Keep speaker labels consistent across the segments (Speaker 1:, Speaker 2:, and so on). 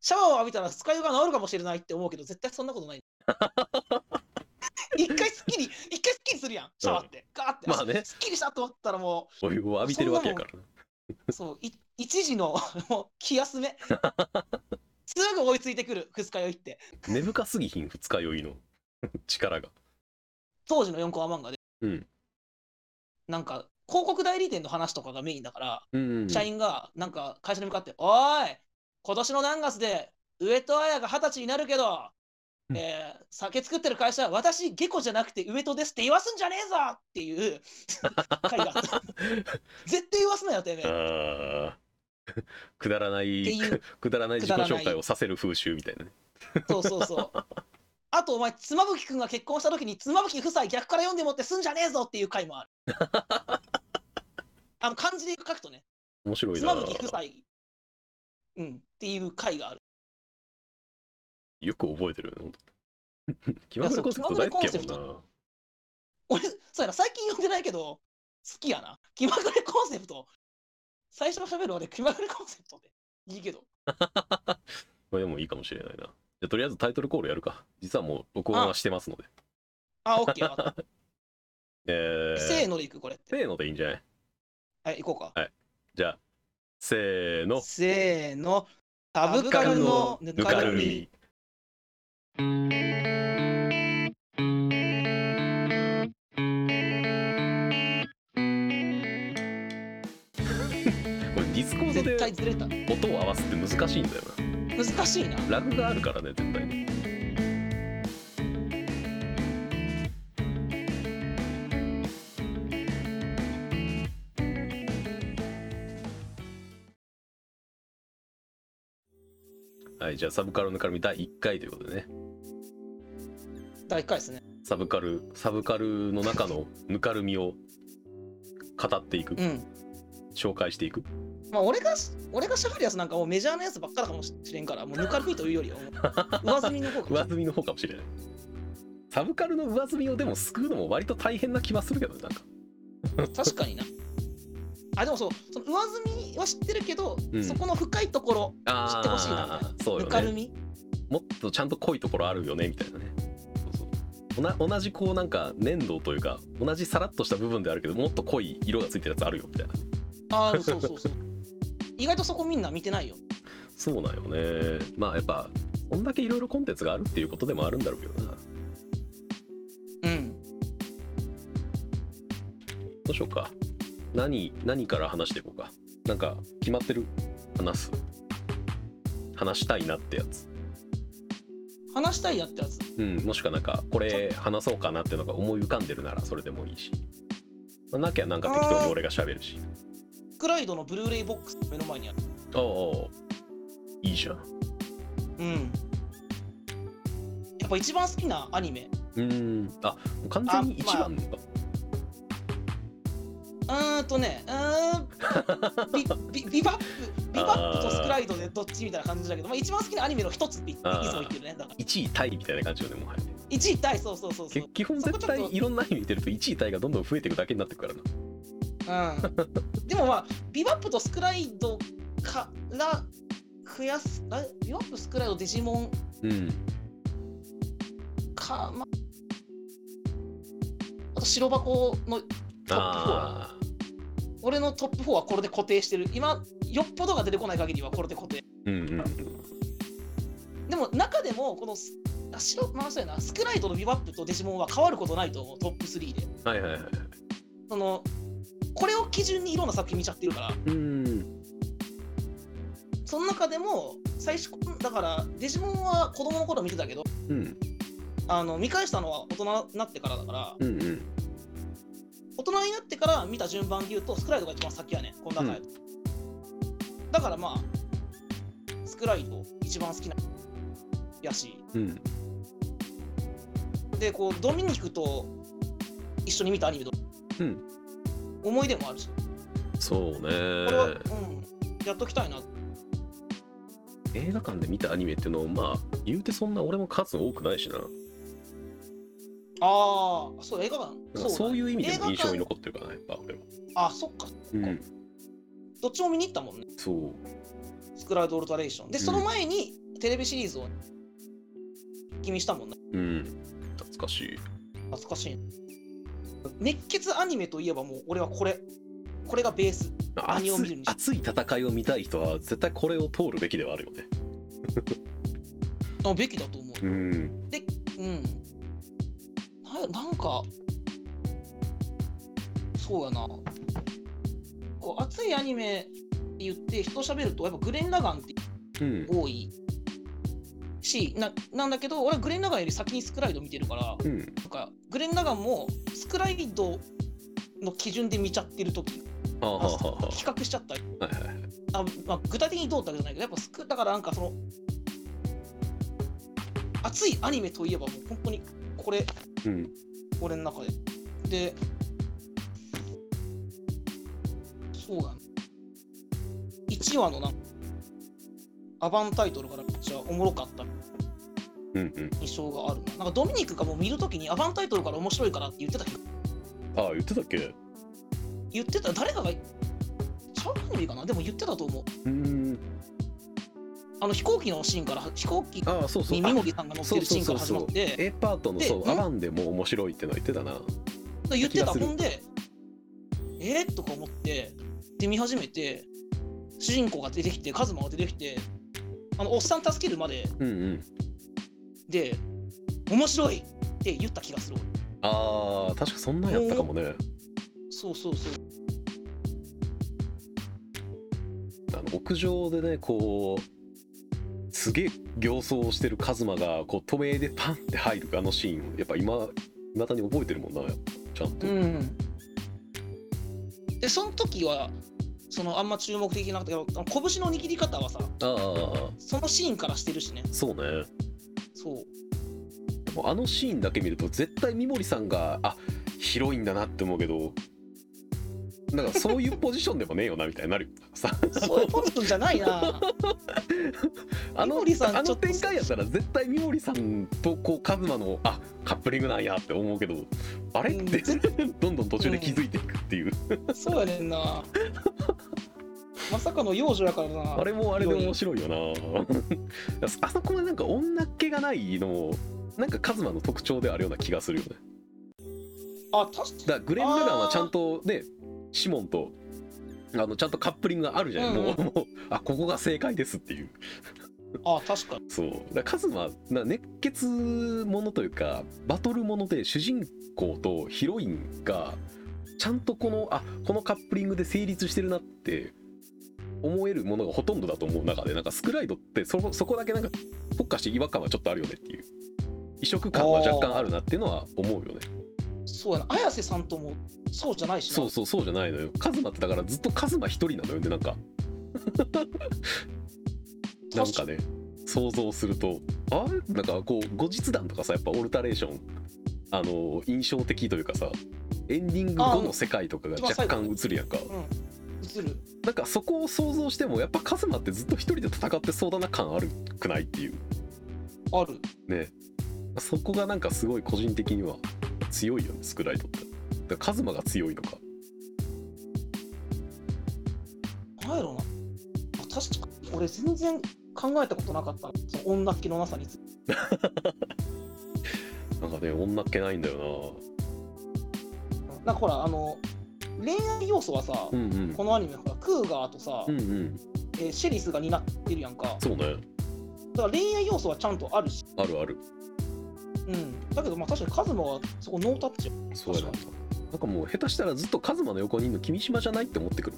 Speaker 1: シャワーを浴びたら二日酔いが治るかもしれないって思うけど、絶対そんなこと ない。一回すっきり、一回すっきりするやん、シャワーって。ガーって。
Speaker 2: まあね
Speaker 1: すっきりしたと思ったらも
Speaker 2: お湯を浴びてるわけやからね。
Speaker 1: う、そう、い一時の もう気休め。すぐ追いついてくる、二日酔いって。
Speaker 2: 根深すぎひん、二日酔いの 力が。
Speaker 1: 当時の4コマ漫画で。
Speaker 2: うん
Speaker 1: なんか、広告代理店の話とかがメインだから、
Speaker 2: うん
Speaker 1: 社員がなんか会社に向かって「おい今年の何月で上戸彩が二十歳になるけど、
Speaker 2: うん
Speaker 1: えー酒作ってる会社は私下戸じゃなくて上戸ですって言わすんじゃねえぞ!」っていう 回があった絶対言わすなよてめえ
Speaker 2: あー くだらな
Speaker 1: って
Speaker 2: い
Speaker 1: いう
Speaker 2: くだらない自己
Speaker 1: くだら
Speaker 2: 紹
Speaker 1: な
Speaker 2: 介
Speaker 1: い
Speaker 2: をさせる風習みたいなね
Speaker 1: そうそうそうあとお前妻夫木君が結婚した時に妻夫木夫妻逆から読んでもってすんじゃねえぞっていう回もある あの漢字で書くとね
Speaker 2: 面白いな
Speaker 1: 妻夫木夫妻うんっていう回がある
Speaker 2: よく覚えてるよねほんと 気まぐれコンセプト大好きやもんな
Speaker 1: 俺、そうやな、最近読んでないけど、好きやな。気まぐれコンセプト。最初の喋る俺、気まぐれコンセプトで。いいけど。
Speaker 2: これでもいいかもしれないなじゃあとりあえずタイトルコールやるか実はもう録音はしてますので
Speaker 1: あ、オッケー、わかっ
Speaker 2: え
Speaker 1: た。
Speaker 2: ー、
Speaker 1: せーのでいく、これって。
Speaker 2: せーのでいいんじゃない
Speaker 1: はい、行こう
Speaker 2: じゃあせー
Speaker 1: か。
Speaker 2: の
Speaker 1: せーの。サブカルのぬ
Speaker 2: ぬ
Speaker 1: か
Speaker 2: か
Speaker 1: る
Speaker 2: る
Speaker 1: み。
Speaker 2: み これディスコード
Speaker 1: 絶対
Speaker 2: で
Speaker 1: ずれた。
Speaker 2: 音を合わすって難しいんだよ
Speaker 1: 難しいな。
Speaker 2: なラグがあるからね絶対にはいじゃあサブカルの絡み第1回ということでね
Speaker 1: 第一回ですね。
Speaker 2: サブカルサブカルの中のぬかるみを語っていく、
Speaker 1: うん。
Speaker 2: 紹介していく
Speaker 1: まあ、俺が、俺が喋るやつなんかもうメジャーなやつばっかだかもしれんから、もうぬかるみというよりは、もう上 積みの方が。
Speaker 2: 上積みの方かもしれないサブカルの上積みをでも救うのも割と大変な気はするけどねなんか
Speaker 1: 確かにな。あ、でもそう、その上積みは知ってるけど、
Speaker 2: うん
Speaker 1: そこの深いところ、
Speaker 2: あー
Speaker 1: 知ってほしいなみたい
Speaker 2: そう
Speaker 1: ぬ
Speaker 2: よ
Speaker 1: かる
Speaker 2: ね
Speaker 1: み
Speaker 2: もっとちゃんと濃いところあるよねみたいなねそうそうおな同じこうなんか粘土というか同じさらっとした部分ではあるけどもっと濃い色がついてるやつあるよみたいな
Speaker 1: あ あ、そうそうそう。意外とそこみんな見てないよ。
Speaker 2: そうなんよねまあやっぱこんだけいろいろコンテンツがあるっていうことでもあるんだろうけどな
Speaker 1: うん。
Speaker 2: どうしようか何何から話していこうかなんか決まってる話す話したいなってやつ
Speaker 1: 話したいやってやつ。
Speaker 2: うん、もしくはなんかこれ話そうかなっていうのが思い浮かんでるならそれでもいいし、まあなきゃなんか適当に俺が喋るし
Speaker 1: クライドのブルーレイボックス目の前にある。
Speaker 2: おうおういいじゃん
Speaker 1: うん。やっぱ一番好きなアニメ。
Speaker 2: うんあもう完全に一番か、
Speaker 1: うーんとね、うーん。 ビビビバップ、ビバップとスクライドでどっちみたいな感じだけど、まあ、一番好きなアニメの一つっていつも
Speaker 2: あー
Speaker 1: 言ってるね。だから
Speaker 2: 1位タイみたいな感じよねもはやね
Speaker 1: 1位タイ、そうそうそうそう
Speaker 2: け。基本絶対いろんな意味見てると1位タイがどんどん増えていくだけになってくからな
Speaker 1: うんでもまあビバップとスクライドから増やすあビバップスクライドデジモン
Speaker 2: うん
Speaker 1: か、まあ、あと白箱のトップ4
Speaker 2: あ
Speaker 1: 俺のトップ4はこれで固定してる今よっぽどが出てこない限りはこれで固定
Speaker 2: ーうんうん
Speaker 1: でも中でもこのスあ白、まあ、そうやなスクライドのビバップとデジモンは変わることないと思うトップ3で
Speaker 2: はいはいはい
Speaker 1: そのこれを基準にいろんな作品見ちゃってるから
Speaker 2: うん
Speaker 1: その中でも最初だからデジモンは子供の頃見てたけど
Speaker 2: うん
Speaker 1: あの見返したのは大人になってからだから
Speaker 2: うんうん
Speaker 1: 大人になってから見た順番で言うとスクライドが一番先やねこの中やと、だからまあスクライド一番好きなやし
Speaker 2: うん
Speaker 1: でこうドミニクと一緒に見たアニメと
Speaker 2: うん
Speaker 1: 思い出もあるし
Speaker 2: そうね
Speaker 1: これは、うん、やっときたいな
Speaker 2: 映画館で見たアニメっていうのをまあ言うてそんな俺も数多くないしな
Speaker 1: ああそう映画館
Speaker 2: なんかそう
Speaker 1: う
Speaker 2: いう意味で
Speaker 1: 映画
Speaker 2: も
Speaker 1: 館
Speaker 2: 印象に残ってるからね、やっぱ俺は。
Speaker 1: あそっか
Speaker 2: うん、
Speaker 1: どっちも見に行ったもんね
Speaker 2: そう。
Speaker 1: スクライドオルトレーションで
Speaker 2: うん
Speaker 1: その前に、テレビシリーズを気にしたもんな
Speaker 2: うん懐かしい
Speaker 1: 懐かしいな熱血アニメといえばもう俺はこれこれがベース何を見るにして
Speaker 2: 熱い熱い戦いを見たい人は絶対これを通るべきではあるよね
Speaker 1: あべきだと思う
Speaker 2: うん
Speaker 1: でうんななんかそうやなこう熱いアニメって言って人喋るとやっぱグレン・ラガンって
Speaker 2: うん
Speaker 1: 多いしななんだけど俺はグレン・ラガンより先にスクライド見てるから
Speaker 2: うん
Speaker 1: なんかグレン・ラガンもスクライドの基準で見ちゃってる時
Speaker 2: ああはあ
Speaker 1: あ
Speaker 2: は
Speaker 1: 比較しちゃったり
Speaker 2: あはいはい
Speaker 1: あ、まあ、具体的にどうってわけじゃないけどやっぱスクだからなんかその熱いアニメといえばもう本当にこれ
Speaker 2: うん
Speaker 1: 俺の中で。で、そうだね。1話のなんかアバンタイトルからめっちゃおもろかった
Speaker 2: うんうん
Speaker 1: 印象があるな。なんかドミニクがもう見るときにアバンタイトルから面白いからって言ってたけど、
Speaker 2: ああ言ってたっけ
Speaker 1: 言ってた、誰かが、チャンネルかなでも言ってたと思う。
Speaker 2: うん
Speaker 1: あの飛行機のシーンから、飛行機
Speaker 2: ああそうそう
Speaker 1: にミモギさんが乗ってるシーンから始まっ
Speaker 2: そうそうそうそう
Speaker 1: て、
Speaker 2: A パートの
Speaker 1: で
Speaker 2: そう
Speaker 1: うん
Speaker 2: アバンでも面白いってのは言ってたな
Speaker 1: 言ってた
Speaker 2: 気がする
Speaker 1: ほんでえー、とか思ってで見始めて主人公が出てきてカズマが出てきてあのおっさん助けるまで
Speaker 2: うんうん
Speaker 1: で面白いって言った気がする俺
Speaker 2: ああ確かそんなんやったかもね
Speaker 1: そうそうそう
Speaker 2: あの屋上でねこうすげえ形相をしてるカズマがこう透明でパンって入るあのシーンやっぱ今未だに覚えてるもんなちゃんと、
Speaker 1: んでその時はそのあんま注目できなかったけどあの拳の握り方はさ
Speaker 2: ああ
Speaker 1: そのシーンからしてるしね
Speaker 2: そうね
Speaker 1: そう
Speaker 2: でもあのシーンだけ見ると絶対三森さんがあ広いんだなって思うけどなんかそういうポジションでもねえよなみたいになるよさ
Speaker 1: そういうポジションじゃないな
Speaker 2: あ
Speaker 1: 三
Speaker 2: の
Speaker 1: 森さん
Speaker 2: あ
Speaker 1: ちょ
Speaker 2: の
Speaker 1: っと
Speaker 2: 展開やったら絶対三森さんとこうカズマのあカップリングなんやって思うけどあれっ
Speaker 1: うん
Speaker 2: て
Speaker 1: 全
Speaker 2: どんどん途中で気づいていくっていう、
Speaker 1: そうやねんなまさかの幼女やからな
Speaker 2: あれもあれで面白いよなあそこはなん か女っ気がないのもなんかカズマの特徴ではあるような気がするよね
Speaker 1: あ確か
Speaker 2: だからグレン・ラガンはちゃんとねシモンとあのちゃんとカップリングがあるじゃない、
Speaker 1: うん
Speaker 2: もうもうあここが正解ですっていう
Speaker 1: あ確かに
Speaker 2: そうだからカズマな熱血ものというかバトルもので主人公とヒロインがちゃんとこのあこのカップリングで成立してるなって思えるものがほとんどだと思う中でなんかスクライドってそそこだけなんか特化して違和感はちょっとあるよねっていう異色感は若干あるなっていうのは思うよね
Speaker 1: そうやな綾瀬さんともそうじゃないしな
Speaker 2: そうそうそうじゃないのよカズマってだからずっとカズマ一人なのよねなんかなんかね想像するとあれなんかこう後日談とかさやっぱオルタレーションあの印象的というかさエンディング後の世界とかが
Speaker 1: あうん
Speaker 2: 若干映るやんか
Speaker 1: 映る
Speaker 2: なんかそこを想像してもやっぱカズマってずっと一人で戦ってそうだな感あるくないっていう
Speaker 1: ある
Speaker 2: ねそこがなんかすごい個人的には強いよねスクライドってだからカズマが強いのか
Speaker 1: なんやろなあ確かに俺全然考えたことなかったその女っ気のなさについて
Speaker 2: なんかね女っ気ないんだよ
Speaker 1: なんかほらあの恋愛要素はさ、
Speaker 2: なうんうん
Speaker 1: このアニメほらクーガーとさ、
Speaker 2: うんうん
Speaker 1: えーシェリスが担ってるやんか
Speaker 2: そうね
Speaker 1: だから恋愛要素はちゃんとあるし、
Speaker 2: あるある
Speaker 1: うん、だけどまあ確かにカズマはそこノータッチや
Speaker 2: そうやななんかもう下手したらずっとカズマの横にいるの君島じゃないって思ってくる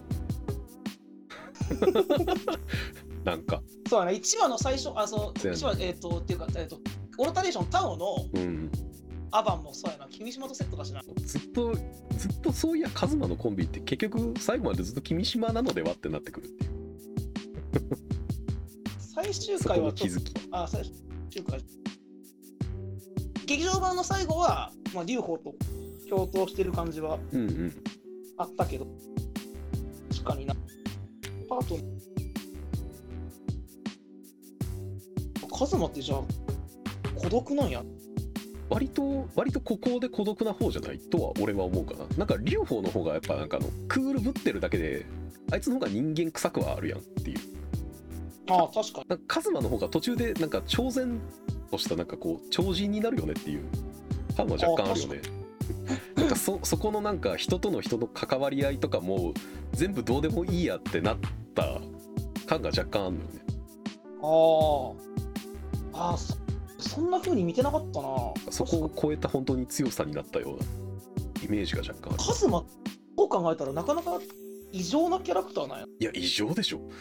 Speaker 2: なんか
Speaker 1: そうやな1話の最初あそう
Speaker 2: そうやな
Speaker 1: 1話えっ、とっていうかえっ、とオルタレーションタオの
Speaker 2: うん
Speaker 1: アバンもそうやな君島とセットだしな
Speaker 2: ずっとずっとそういやカズマのコンビって結局最後までずっと君島なのではってなってくるっていう
Speaker 1: 最終
Speaker 2: そこ
Speaker 1: 回は
Speaker 2: の
Speaker 1: ちょ
Speaker 2: 気
Speaker 1: っと
Speaker 2: づき
Speaker 1: あ最終回劇場版の最後は、まあ、劉邦と共闘してる感じは
Speaker 2: うんうん
Speaker 1: あったけど確かになパートナーカズマってじゃあ孤独なんや
Speaker 2: 割と割と孤高で孤独な方じゃないとは俺は思うかななんか劉邦の方がやっぱなんかあのクールぶってるだけであいつの方が人間臭くはあるやんっていう
Speaker 1: ああ、確かに。
Speaker 2: なんかカズマの方が途中でなんか超然としたなんかこう超人になるよねっていう感は若干あるよね。なんかそそこのなんか人との人の関わり合いとかも全部どうでもいいやってなった感が若干あるのよね。
Speaker 1: ああ。ああ、そそんな風に見てなかったな。
Speaker 2: そこを超えた本当に強さになったようなイメージが若干ある。
Speaker 1: カズマ、そう考えたらなかなか異常なキャラクターなんや。
Speaker 2: いや異常でしょ。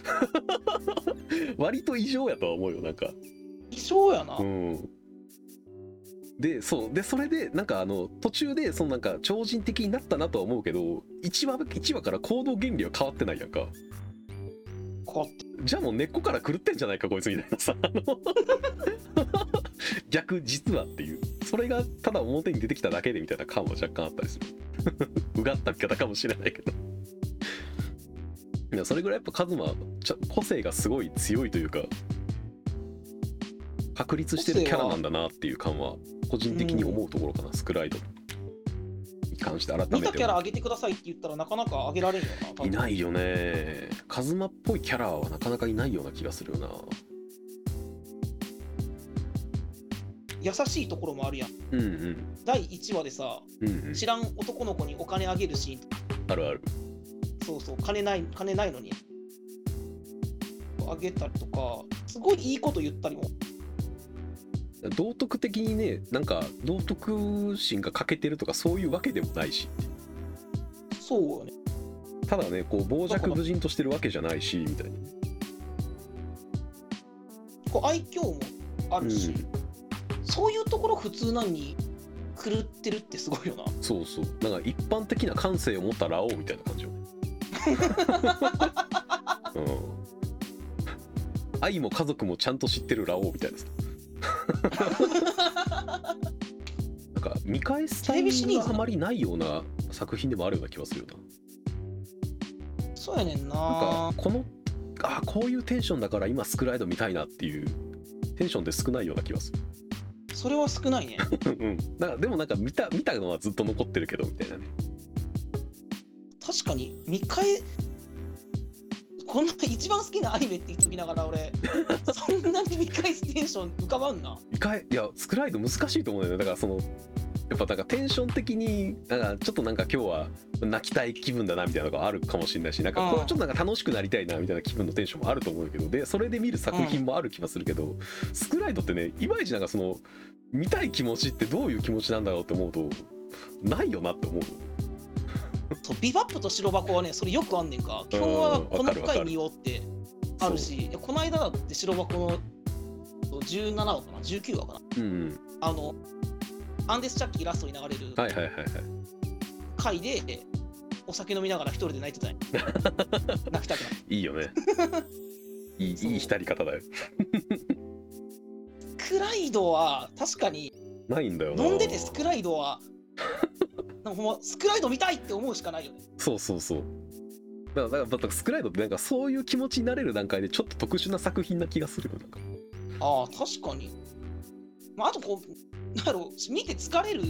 Speaker 2: 割と異常やとは思うよなんか。
Speaker 1: 異常やな。
Speaker 2: うん、でそうでそれでなんかあの途中でそのなんか超人的になったなとは思うけど1話1話から行動原理は変わってないやんか
Speaker 1: こうやって
Speaker 2: じゃあもう根っこから狂ってんじゃないかこいつみたいなさ あの逆実はっていうそれがただ表に出てきただけでみたいな感は若干あったりする うがった見方かもしれないけどいやそれぐらいやっぱカズマちゃ個性がすごい強いというか確立してるキャラなんだなっていう感は個人的に思うところかな、スクライドに関して改
Speaker 1: 見
Speaker 2: めて
Speaker 1: た
Speaker 2: は
Speaker 1: キャラ上げてくださいって言ったらなかなか上げられんよな多分。
Speaker 2: いないよねカズマっぽいキャラはなかなかいないような気がするよな
Speaker 1: 優しいところもあるやん。
Speaker 2: うんうん
Speaker 1: 第1話でさ、
Speaker 2: うんうん、
Speaker 1: 知らん男の子にお金あげるシーン
Speaker 2: あるある
Speaker 1: そうそう、金ない、金ないのに。あげたりとか、すごいいいこと言ったりも。
Speaker 2: 道徳的にねなんか道徳心が欠けてるとかそういうわけでもないし
Speaker 1: そうよね。
Speaker 2: ただねこう傍若無人としてるわけじゃないしみたいな、
Speaker 1: こう愛嬌もあるし、そういうところ普通なのに狂ってるってすごいよな。
Speaker 2: そうそうなんか一般的な感性を持ったラオウみたいな感じよね、うん、愛も家族もちゃんと知ってるラオウみた いなさなんか見返すタイミングがあまりないような作品でもあるような気がするよな
Speaker 1: そうやねんな。
Speaker 2: なんかこのあこういうテンションだから今スクライド見たいなっていうテンションって少ないような気がす
Speaker 1: それは少ないね。
Speaker 2: るうんなんかでもなんか見た見たのはずっと残ってるけどみたいなね
Speaker 1: 確かに、見返こんな一番好きなアニメって言っときながら俺、そんなに見返すテンション浮かばんな。
Speaker 2: いかいやスクライド難しいと思うんだよねだからそのやっぱなんかテンション的になんかちょっとなんか今日は泣きたい気分だなみたいなのがあるかもしれないしなんかこ
Speaker 1: うん
Speaker 2: うちょっとなんか楽しくなりたいなみたいな気分のテンションもあると思うけどでそれで見る作品もある気がするけど、スクライドってねいまいちなんかその見たい気持ちってどういう気持ちなんだろうって思うとないよなって思う
Speaker 1: そうビバップと白箱はね、それよくあんねんか。今日はこの回見ようってあるし、いやこの間だって白箱の17話かな、19話かな。
Speaker 2: うんうん
Speaker 1: あの、アンデスチャッキーラストに流れる
Speaker 2: はいはいはいはい
Speaker 1: 回で、お酒飲みながら一人で泣いてたんや泣きたくない
Speaker 2: いい よねいい
Speaker 1: そう
Speaker 2: いい浸り方だよ
Speaker 1: クライドは確かに
Speaker 2: ないんだよな
Speaker 1: 飲んでてスクライドはなんかほんまスクライド見たいって思うしかないよね
Speaker 2: そうそうそうだからだからだからスクライドってなんかそういう気持ちになれる段階でちょっと特殊な作品な気がするよなんか
Speaker 1: ああ確かに、まあ、あとこうなんだろう見て疲れる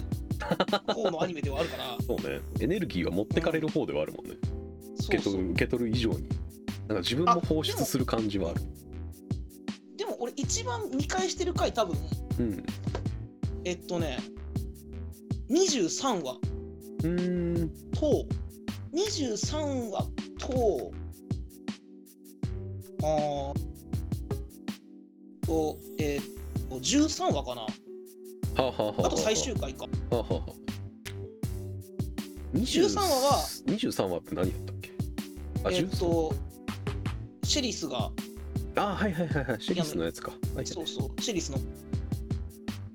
Speaker 1: 方のアニメではあるから
Speaker 2: そうねエネルギーは持ってかれる方ではあるもんね、
Speaker 1: そ
Speaker 2: 受
Speaker 1: う
Speaker 2: け
Speaker 1: そ
Speaker 2: 取
Speaker 1: う
Speaker 2: る受け取る以上になんか自分も放出する感じはある
Speaker 1: でも俺一番見返してる回多分
Speaker 2: うん
Speaker 1: えっとね23話
Speaker 2: うーん
Speaker 1: と23話とあーとえーっと13話かな
Speaker 2: はあはあはあは
Speaker 1: あと最終回か
Speaker 2: はあはあはあ
Speaker 1: 13話は
Speaker 2: 23話って何やったっけあ、
Speaker 1: え
Speaker 2: 十
Speaker 1: ーっとシェリスが
Speaker 2: あはいはいはいはいシェリスのやつかはい
Speaker 1: そうそうシェリスの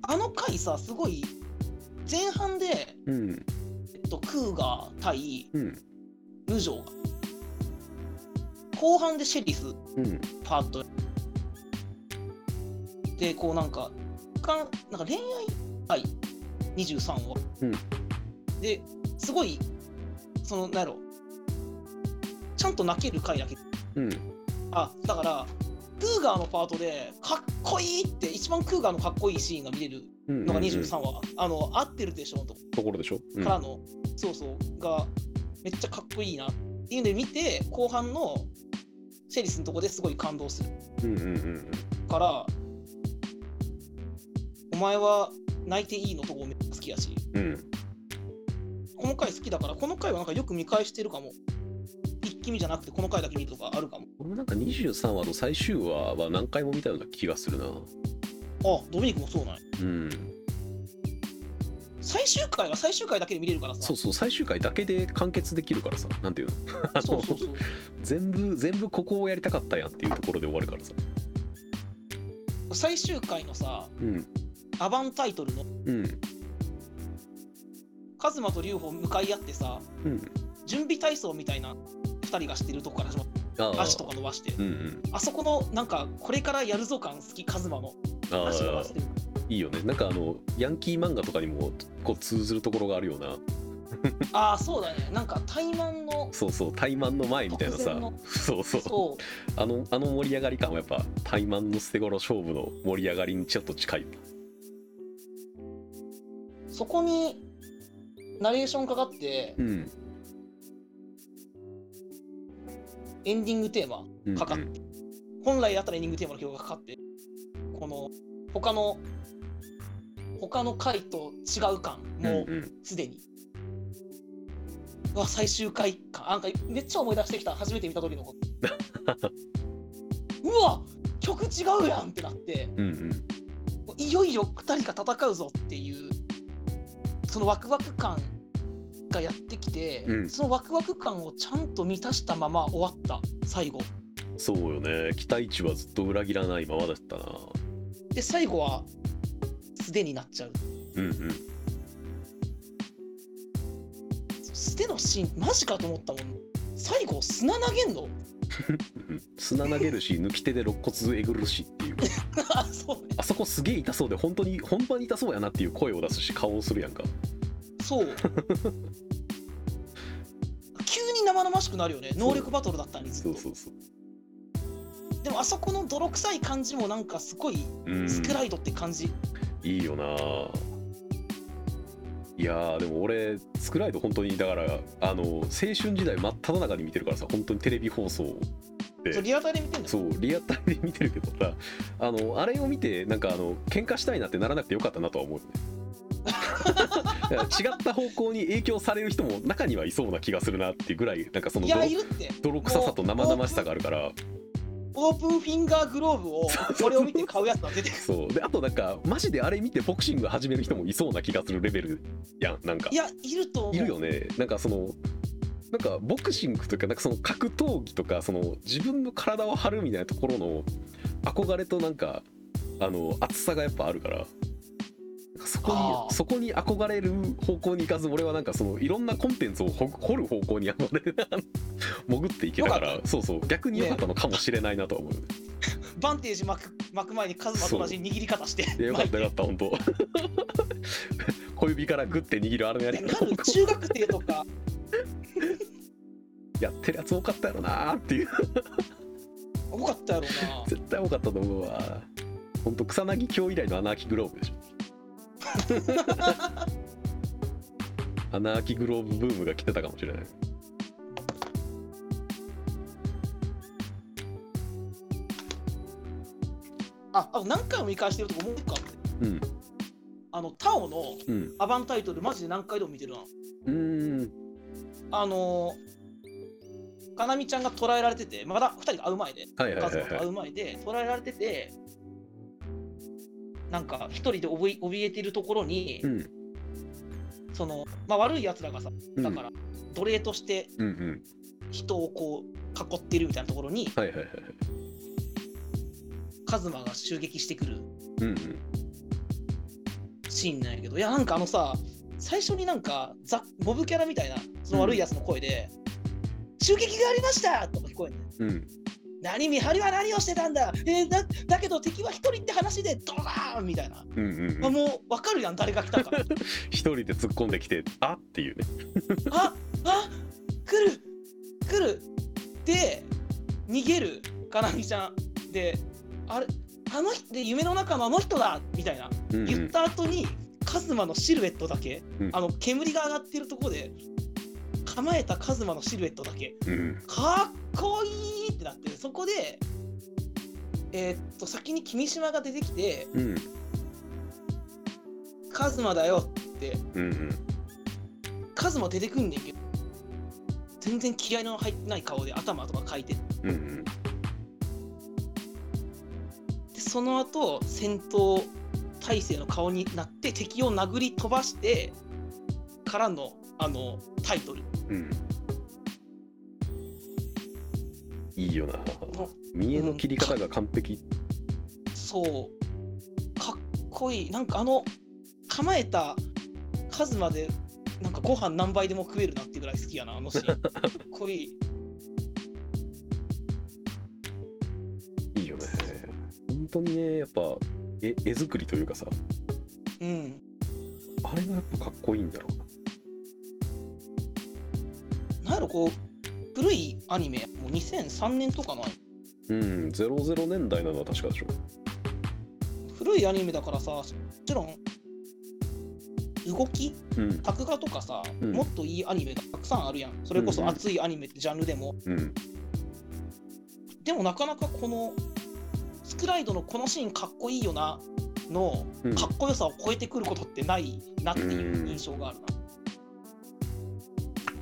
Speaker 1: あの回さすごい前半で、
Speaker 2: うん
Speaker 1: えっと、クーガー対
Speaker 2: うん
Speaker 1: ムジョーが後半でシェリス
Speaker 2: うん
Speaker 1: パートでこうなんかかんなんか恋愛愛23話、
Speaker 2: うん
Speaker 1: ですごいそのなんやろちゃんと泣ける回だけ
Speaker 2: うん
Speaker 1: あだからクーガーのパートでかっこいいって一番クーガーのかっこいいシーンが見れる
Speaker 2: うん
Speaker 1: のが
Speaker 2: うんうん
Speaker 1: 23話、あの合ってるでしょのとこ
Speaker 2: ところでしょ、うん
Speaker 1: からの、そうそうがめっちゃかっこいいなっていうので見て後半のセリスのとこですごい感動する
Speaker 2: うんうんうん
Speaker 1: からお前は泣いていいのとこめっちゃ好きやし
Speaker 2: うんうん
Speaker 1: この回好きだからこの回はなんかよく見返してるかも一気見じゃなくてこの回だけ見るとかあるかも
Speaker 2: 俺もなんか23話の最終話は何回も見たような気がするな
Speaker 1: あドミニクもそうなんや
Speaker 2: うん
Speaker 1: 最終回は最終回だけで見れるからさ
Speaker 2: そうそう最終回だけで完結できるからさなんていうのあの
Speaker 1: そうそうそう
Speaker 2: 全部全部ここをやりたかったやんっていうところで終わるからさ
Speaker 1: 最終回のさ
Speaker 2: うん
Speaker 1: アバンタイトルの
Speaker 2: うん
Speaker 1: カズマと龍鵬向かい合ってさ
Speaker 2: うん
Speaker 1: 準備体操みたいな2人がしてるとこから始まって
Speaker 2: ああ
Speaker 1: 足とか伸ばして
Speaker 2: うんうん
Speaker 1: あそこのなんかこれからやるぞ感好きカズマの
Speaker 2: あ
Speaker 1: 足伸ば
Speaker 2: あ
Speaker 1: してる
Speaker 2: いいよねなんかあのヤンキー漫画とかにもこう通ずるところがあるような
Speaker 1: ああそうだねなんか怠慢の
Speaker 2: そうそう怠慢の前みたいな
Speaker 1: 突然
Speaker 2: さ
Speaker 1: の
Speaker 2: そうそう
Speaker 1: そう
Speaker 2: あのあの盛り上がり感はやっぱ怠慢の捨て頃勝負の盛り上がりにちょっと近い
Speaker 1: そこにナレーションかかって
Speaker 2: うん
Speaker 1: エンディングテーマ
Speaker 2: うん
Speaker 1: かかって本来だったらエンディングテーマの曲がかかってこの他の他の回と違う感もう
Speaker 2: うんうん
Speaker 1: すでに、うわ最終回かなんかめっちゃ思い出してきた初めて見た時のこと うわ曲違うやんってなって
Speaker 2: うんうん
Speaker 1: いよいよ2人が戦うぞっていうそのワクワク感がやってきて、
Speaker 2: うん
Speaker 1: そのワクワク感をちゃんと満たしたまま終わった最後
Speaker 2: そうよね期待値はずっと裏切らないままだったな
Speaker 1: で最後は素手になっちゃう
Speaker 2: うんうん
Speaker 1: 素手のシーンマジかと思ったもん最後砂投げんの
Speaker 2: うん砂投げるし抜き手で肋骨えぐるしって いう
Speaker 1: あそうね
Speaker 2: あそこすげえ痛そうで本当に本番に痛そうやなっていう声を出すし顔をするやんか
Speaker 1: そう 急に生々しくなるよね能力バトルだったのにずっ
Speaker 2: そ
Speaker 1: と
Speaker 2: うそうそう
Speaker 1: でもあそこの泥臭い感じもなんかすごい
Speaker 2: うん
Speaker 1: スクライドって感じ、
Speaker 2: いいよないやーでも俺スクライド本当にだからあの青春時代真っ只中に見てるからさ本当にテレビ放送え
Speaker 1: そうリアタイで見てんだよ
Speaker 2: そうリアタイで見てるけどさあのあれを見てなんかあの喧嘩したいなってならなくてよかったなとは思うよね いや違った方向に影響される人も中にはいそうな気がするなっていうぐらいなんかその
Speaker 1: いや
Speaker 2: 泥
Speaker 1: いるって
Speaker 2: 泥臭さと生々しさがあるから
Speaker 1: オープンフィンガーグローブをこれを見て買うやつは 出てくる
Speaker 2: そうであとなんかマジであれ見てボクシング始める人もいそうな気がするレベルやんなんか
Speaker 1: いやいると思う
Speaker 2: いるよねなんかそのなんかボクシングというかなんかその格闘技とかその自分の体を張るみたいなところの憧れとなんかあの熱さがやっぱあるからなんかそこ
Speaker 1: あー
Speaker 2: にそこに憧れる方向に行かず俺はなんかそのいろんなコンテンツを掘掘る方向に憧れ 潜っていけたから
Speaker 1: よか
Speaker 2: そうそう逆に良かったのかもしれないなとは思う、ね、
Speaker 1: バンテージ巻く巻く前にカズマと同じ握り方して
Speaker 2: いやよか
Speaker 1: 巻
Speaker 2: っ
Speaker 1: い
Speaker 2: た
Speaker 1: て
Speaker 2: よかった本当 小指からグッて握るあれのやり
Speaker 1: な
Speaker 2: 方
Speaker 1: る中学生とか
Speaker 2: やってるやつ多かったやろなーっていう
Speaker 1: 多かったや ろうな
Speaker 2: 絶対多かったと思うわほんと草薙京以来のアナーキグローブでし ょアナーキグローブブームが来てたかもしれない
Speaker 1: ああと何回も見返してるとこもう一個あって
Speaker 2: うん
Speaker 1: あのタオの
Speaker 2: うん
Speaker 1: アバンタイトルマジで何回でも見てるな
Speaker 2: うーん
Speaker 1: あのーかなみちゃんが捕らえられててまだ2人が会う前で
Speaker 2: はいは
Speaker 1: カ
Speaker 2: いはい
Speaker 1: ズマと
Speaker 2: は
Speaker 1: 会
Speaker 2: いう
Speaker 1: 前で捕らえられててなんか一人でおぼい怯えてるところに、
Speaker 2: うん
Speaker 1: その、まあ、悪いやつらがさ
Speaker 2: うん
Speaker 1: だから奴隷として
Speaker 2: うんうん
Speaker 1: 人をこう囲ってるみたいなところに
Speaker 2: はいはいはい
Speaker 1: カズマが襲撃してくる
Speaker 2: うんうん
Speaker 1: シーンなんやけどいやなんかあのさ最初になんかザモブキャラみたいなその悪いやつの声で「襲撃がありました!」とか聞こえんねん
Speaker 2: うん
Speaker 1: 何見張りは何をしてたんだえーだだけど敵は一人って話でドラーンみたいな、
Speaker 2: うんうんう
Speaker 1: あ
Speaker 2: ん
Speaker 1: もう分かるやん誰が来たか
Speaker 2: 一人で突っ込んできてあっていうね
Speaker 1: ああ来る来るで逃げるかなみちゃんであれあの人で夢の中のあの人だみたいな
Speaker 2: うんうん
Speaker 1: 言った後に、カズマのシルエットだけ、
Speaker 2: うん
Speaker 1: あの煙が上がってるとこで構えたカズマのシルエットだけ
Speaker 2: うん
Speaker 1: かっこいいってなってそこでえーっと先に君島が出てきて
Speaker 2: うん
Speaker 1: 「カズマだよ」って
Speaker 2: うん
Speaker 1: カズマ出てくんねんけど全然気合いの入ってない顔で頭とかかいて
Speaker 2: うんうん
Speaker 1: でその後戦闘体制の顔になって敵を殴り飛ばしてからのあのタイトル
Speaker 2: うんいいよな
Speaker 1: の
Speaker 2: 見えの切り方が完璧
Speaker 1: そうかっこいいなんかあの構えたカズマでなんかご飯何杯でも食えるなってぐらい好きやなあのシーンかっこいい
Speaker 2: いいよね本当にねやっぱ絵絵作りというかさ
Speaker 1: うん
Speaker 2: あれがやっぱかっこいいんだろう
Speaker 1: な
Speaker 2: な
Speaker 1: んやろこう古いアニメもう2003年とかの
Speaker 2: うん00年代なのは確かでしょ
Speaker 1: 古いアニメだからさもちろん動き
Speaker 2: うん
Speaker 1: 作画とかさ、
Speaker 2: うん
Speaker 1: もっといいアニメがたくさんあるやんそれこそ熱いアニメってジャンルでも、
Speaker 2: うん
Speaker 1: でもなかなかこのスクライドのこのシーンかっこいいよなの
Speaker 2: うん
Speaker 1: かっこよさを超えてくることってないなっていう
Speaker 2: うん
Speaker 1: 印象があるな、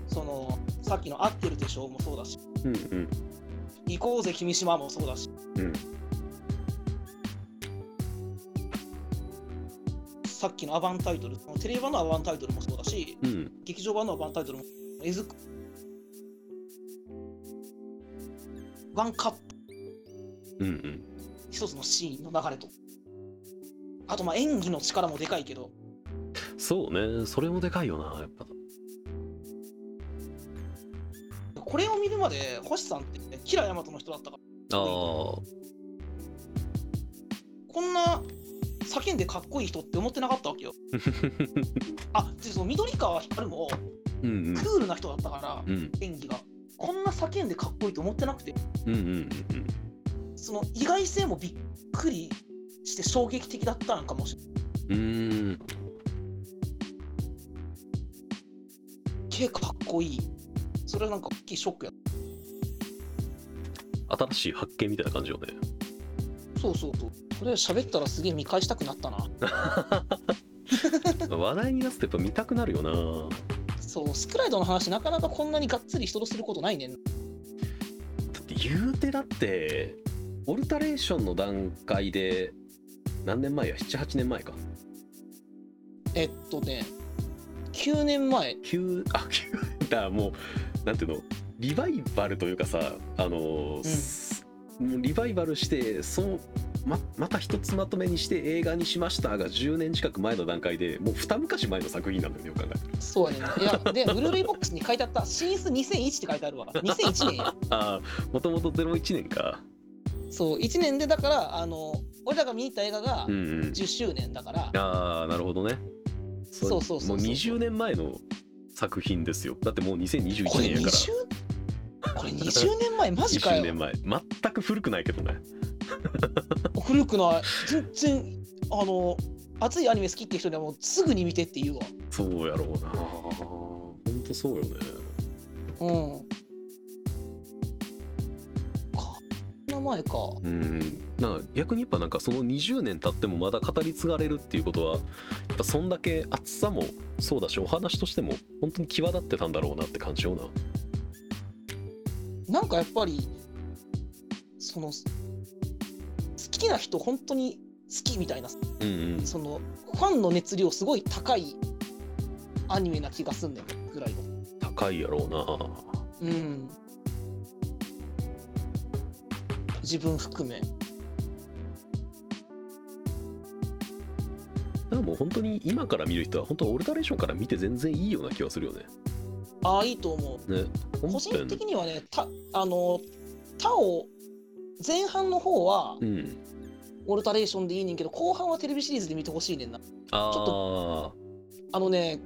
Speaker 1: そのさっきの「合ってるでしょ」もそうだし
Speaker 2: うんうん
Speaker 1: 「行こうぜ君島」もそうだし
Speaker 2: うん
Speaker 1: さっきのアバンタイトルテレビ版のアバンタイトルもそうだし
Speaker 2: うん
Speaker 1: 劇場版のアバンタイトルも絵づくワンカップ
Speaker 2: うんうん
Speaker 1: 一つのシーンの流れとあとまあ演技の力もでかいけど
Speaker 2: そうねそれもでかいよなやっぱ
Speaker 1: これを見るまで星さんってキラヤマトの人だったから
Speaker 2: あー
Speaker 1: こんな叫んでかっこいい人って思ってなかったわ けよあでその緑川光も
Speaker 2: うんうん
Speaker 1: クールな人だったから
Speaker 2: うん
Speaker 1: 演技がこんな叫んでかっこいいと思ってなくて
Speaker 2: うんうん
Speaker 1: その意外性もびっくりして衝撃的だったのかもしれない
Speaker 2: うんうんうん
Speaker 1: けかっこいいそれはなんか大きいショックや
Speaker 2: 新しい発見みたいな感じよね
Speaker 1: そうそうそうそれ喋ったらすげえ見返したくなったな
Speaker 2: 話題になすとやっぱ見たくなるよな
Speaker 1: そうスクライドの話なかなかこんなにがっつり人とすることないねん
Speaker 2: だって言うてだってオルタレーションの段階で何年前や78年前か
Speaker 1: えっとね9年前
Speaker 2: 9あ9だから もうなんていうのリバイバルというかさあの、すもうリバイバルしてそうままた一つまとめにして映画にしましたが10年近く前の段階でもう二昔前の作品なんだよねよく考えたら
Speaker 1: そうやねんな。いや、で、ブルーレイボックスに書いてあった、新出2001って書いてあるわ。2001年や。
Speaker 2: ああもともと01年か
Speaker 1: そう、1年でだから、あの、俺らが見に行った映画が
Speaker 2: うんうん
Speaker 1: 10周年だから、
Speaker 2: ああなるほどね
Speaker 1: そうそうそうそう
Speaker 2: もう20年前の作品ですよだってもう2021
Speaker 1: これ
Speaker 2: 年やから
Speaker 1: 20? これ20年前、マジか
Speaker 2: 20年
Speaker 1: よ。
Speaker 2: 前全く古くないけどね
Speaker 1: 古くない。全然、あの、熱いアニメ好きって人にはもうすぐに見てって言うわ。
Speaker 2: そうやろうなほんとそうよね
Speaker 1: うん。か、こんな前か。
Speaker 2: うんな逆にやっぱなんかその20年経ってもまだ語り継がれるっていうことはやっぱそんだけ厚さもそうだしお話としても本当に際立ってたんだろうなって感じよな
Speaker 1: なんかやっぱり、その、好きな人、本当に好きみたいな
Speaker 2: うんうん
Speaker 1: そのファンの熱量すごい高いアニメな気がすんねんぐらいの。
Speaker 2: 高いやろう
Speaker 1: う
Speaker 2: な
Speaker 1: ん。自分含め。
Speaker 2: だからもう本当に今から見る人は本当オルタレーションから見て全然いいような気がするよね。
Speaker 1: ああ、いいと思う。
Speaker 2: ね
Speaker 1: 個人的にはね、たあの、他を、前半の方は
Speaker 2: うん、
Speaker 1: オルタレーションでいいねんけど、後半はテレビシリーズで見てほしいねんな。
Speaker 2: あ
Speaker 1: ち
Speaker 2: ょ
Speaker 1: あのね、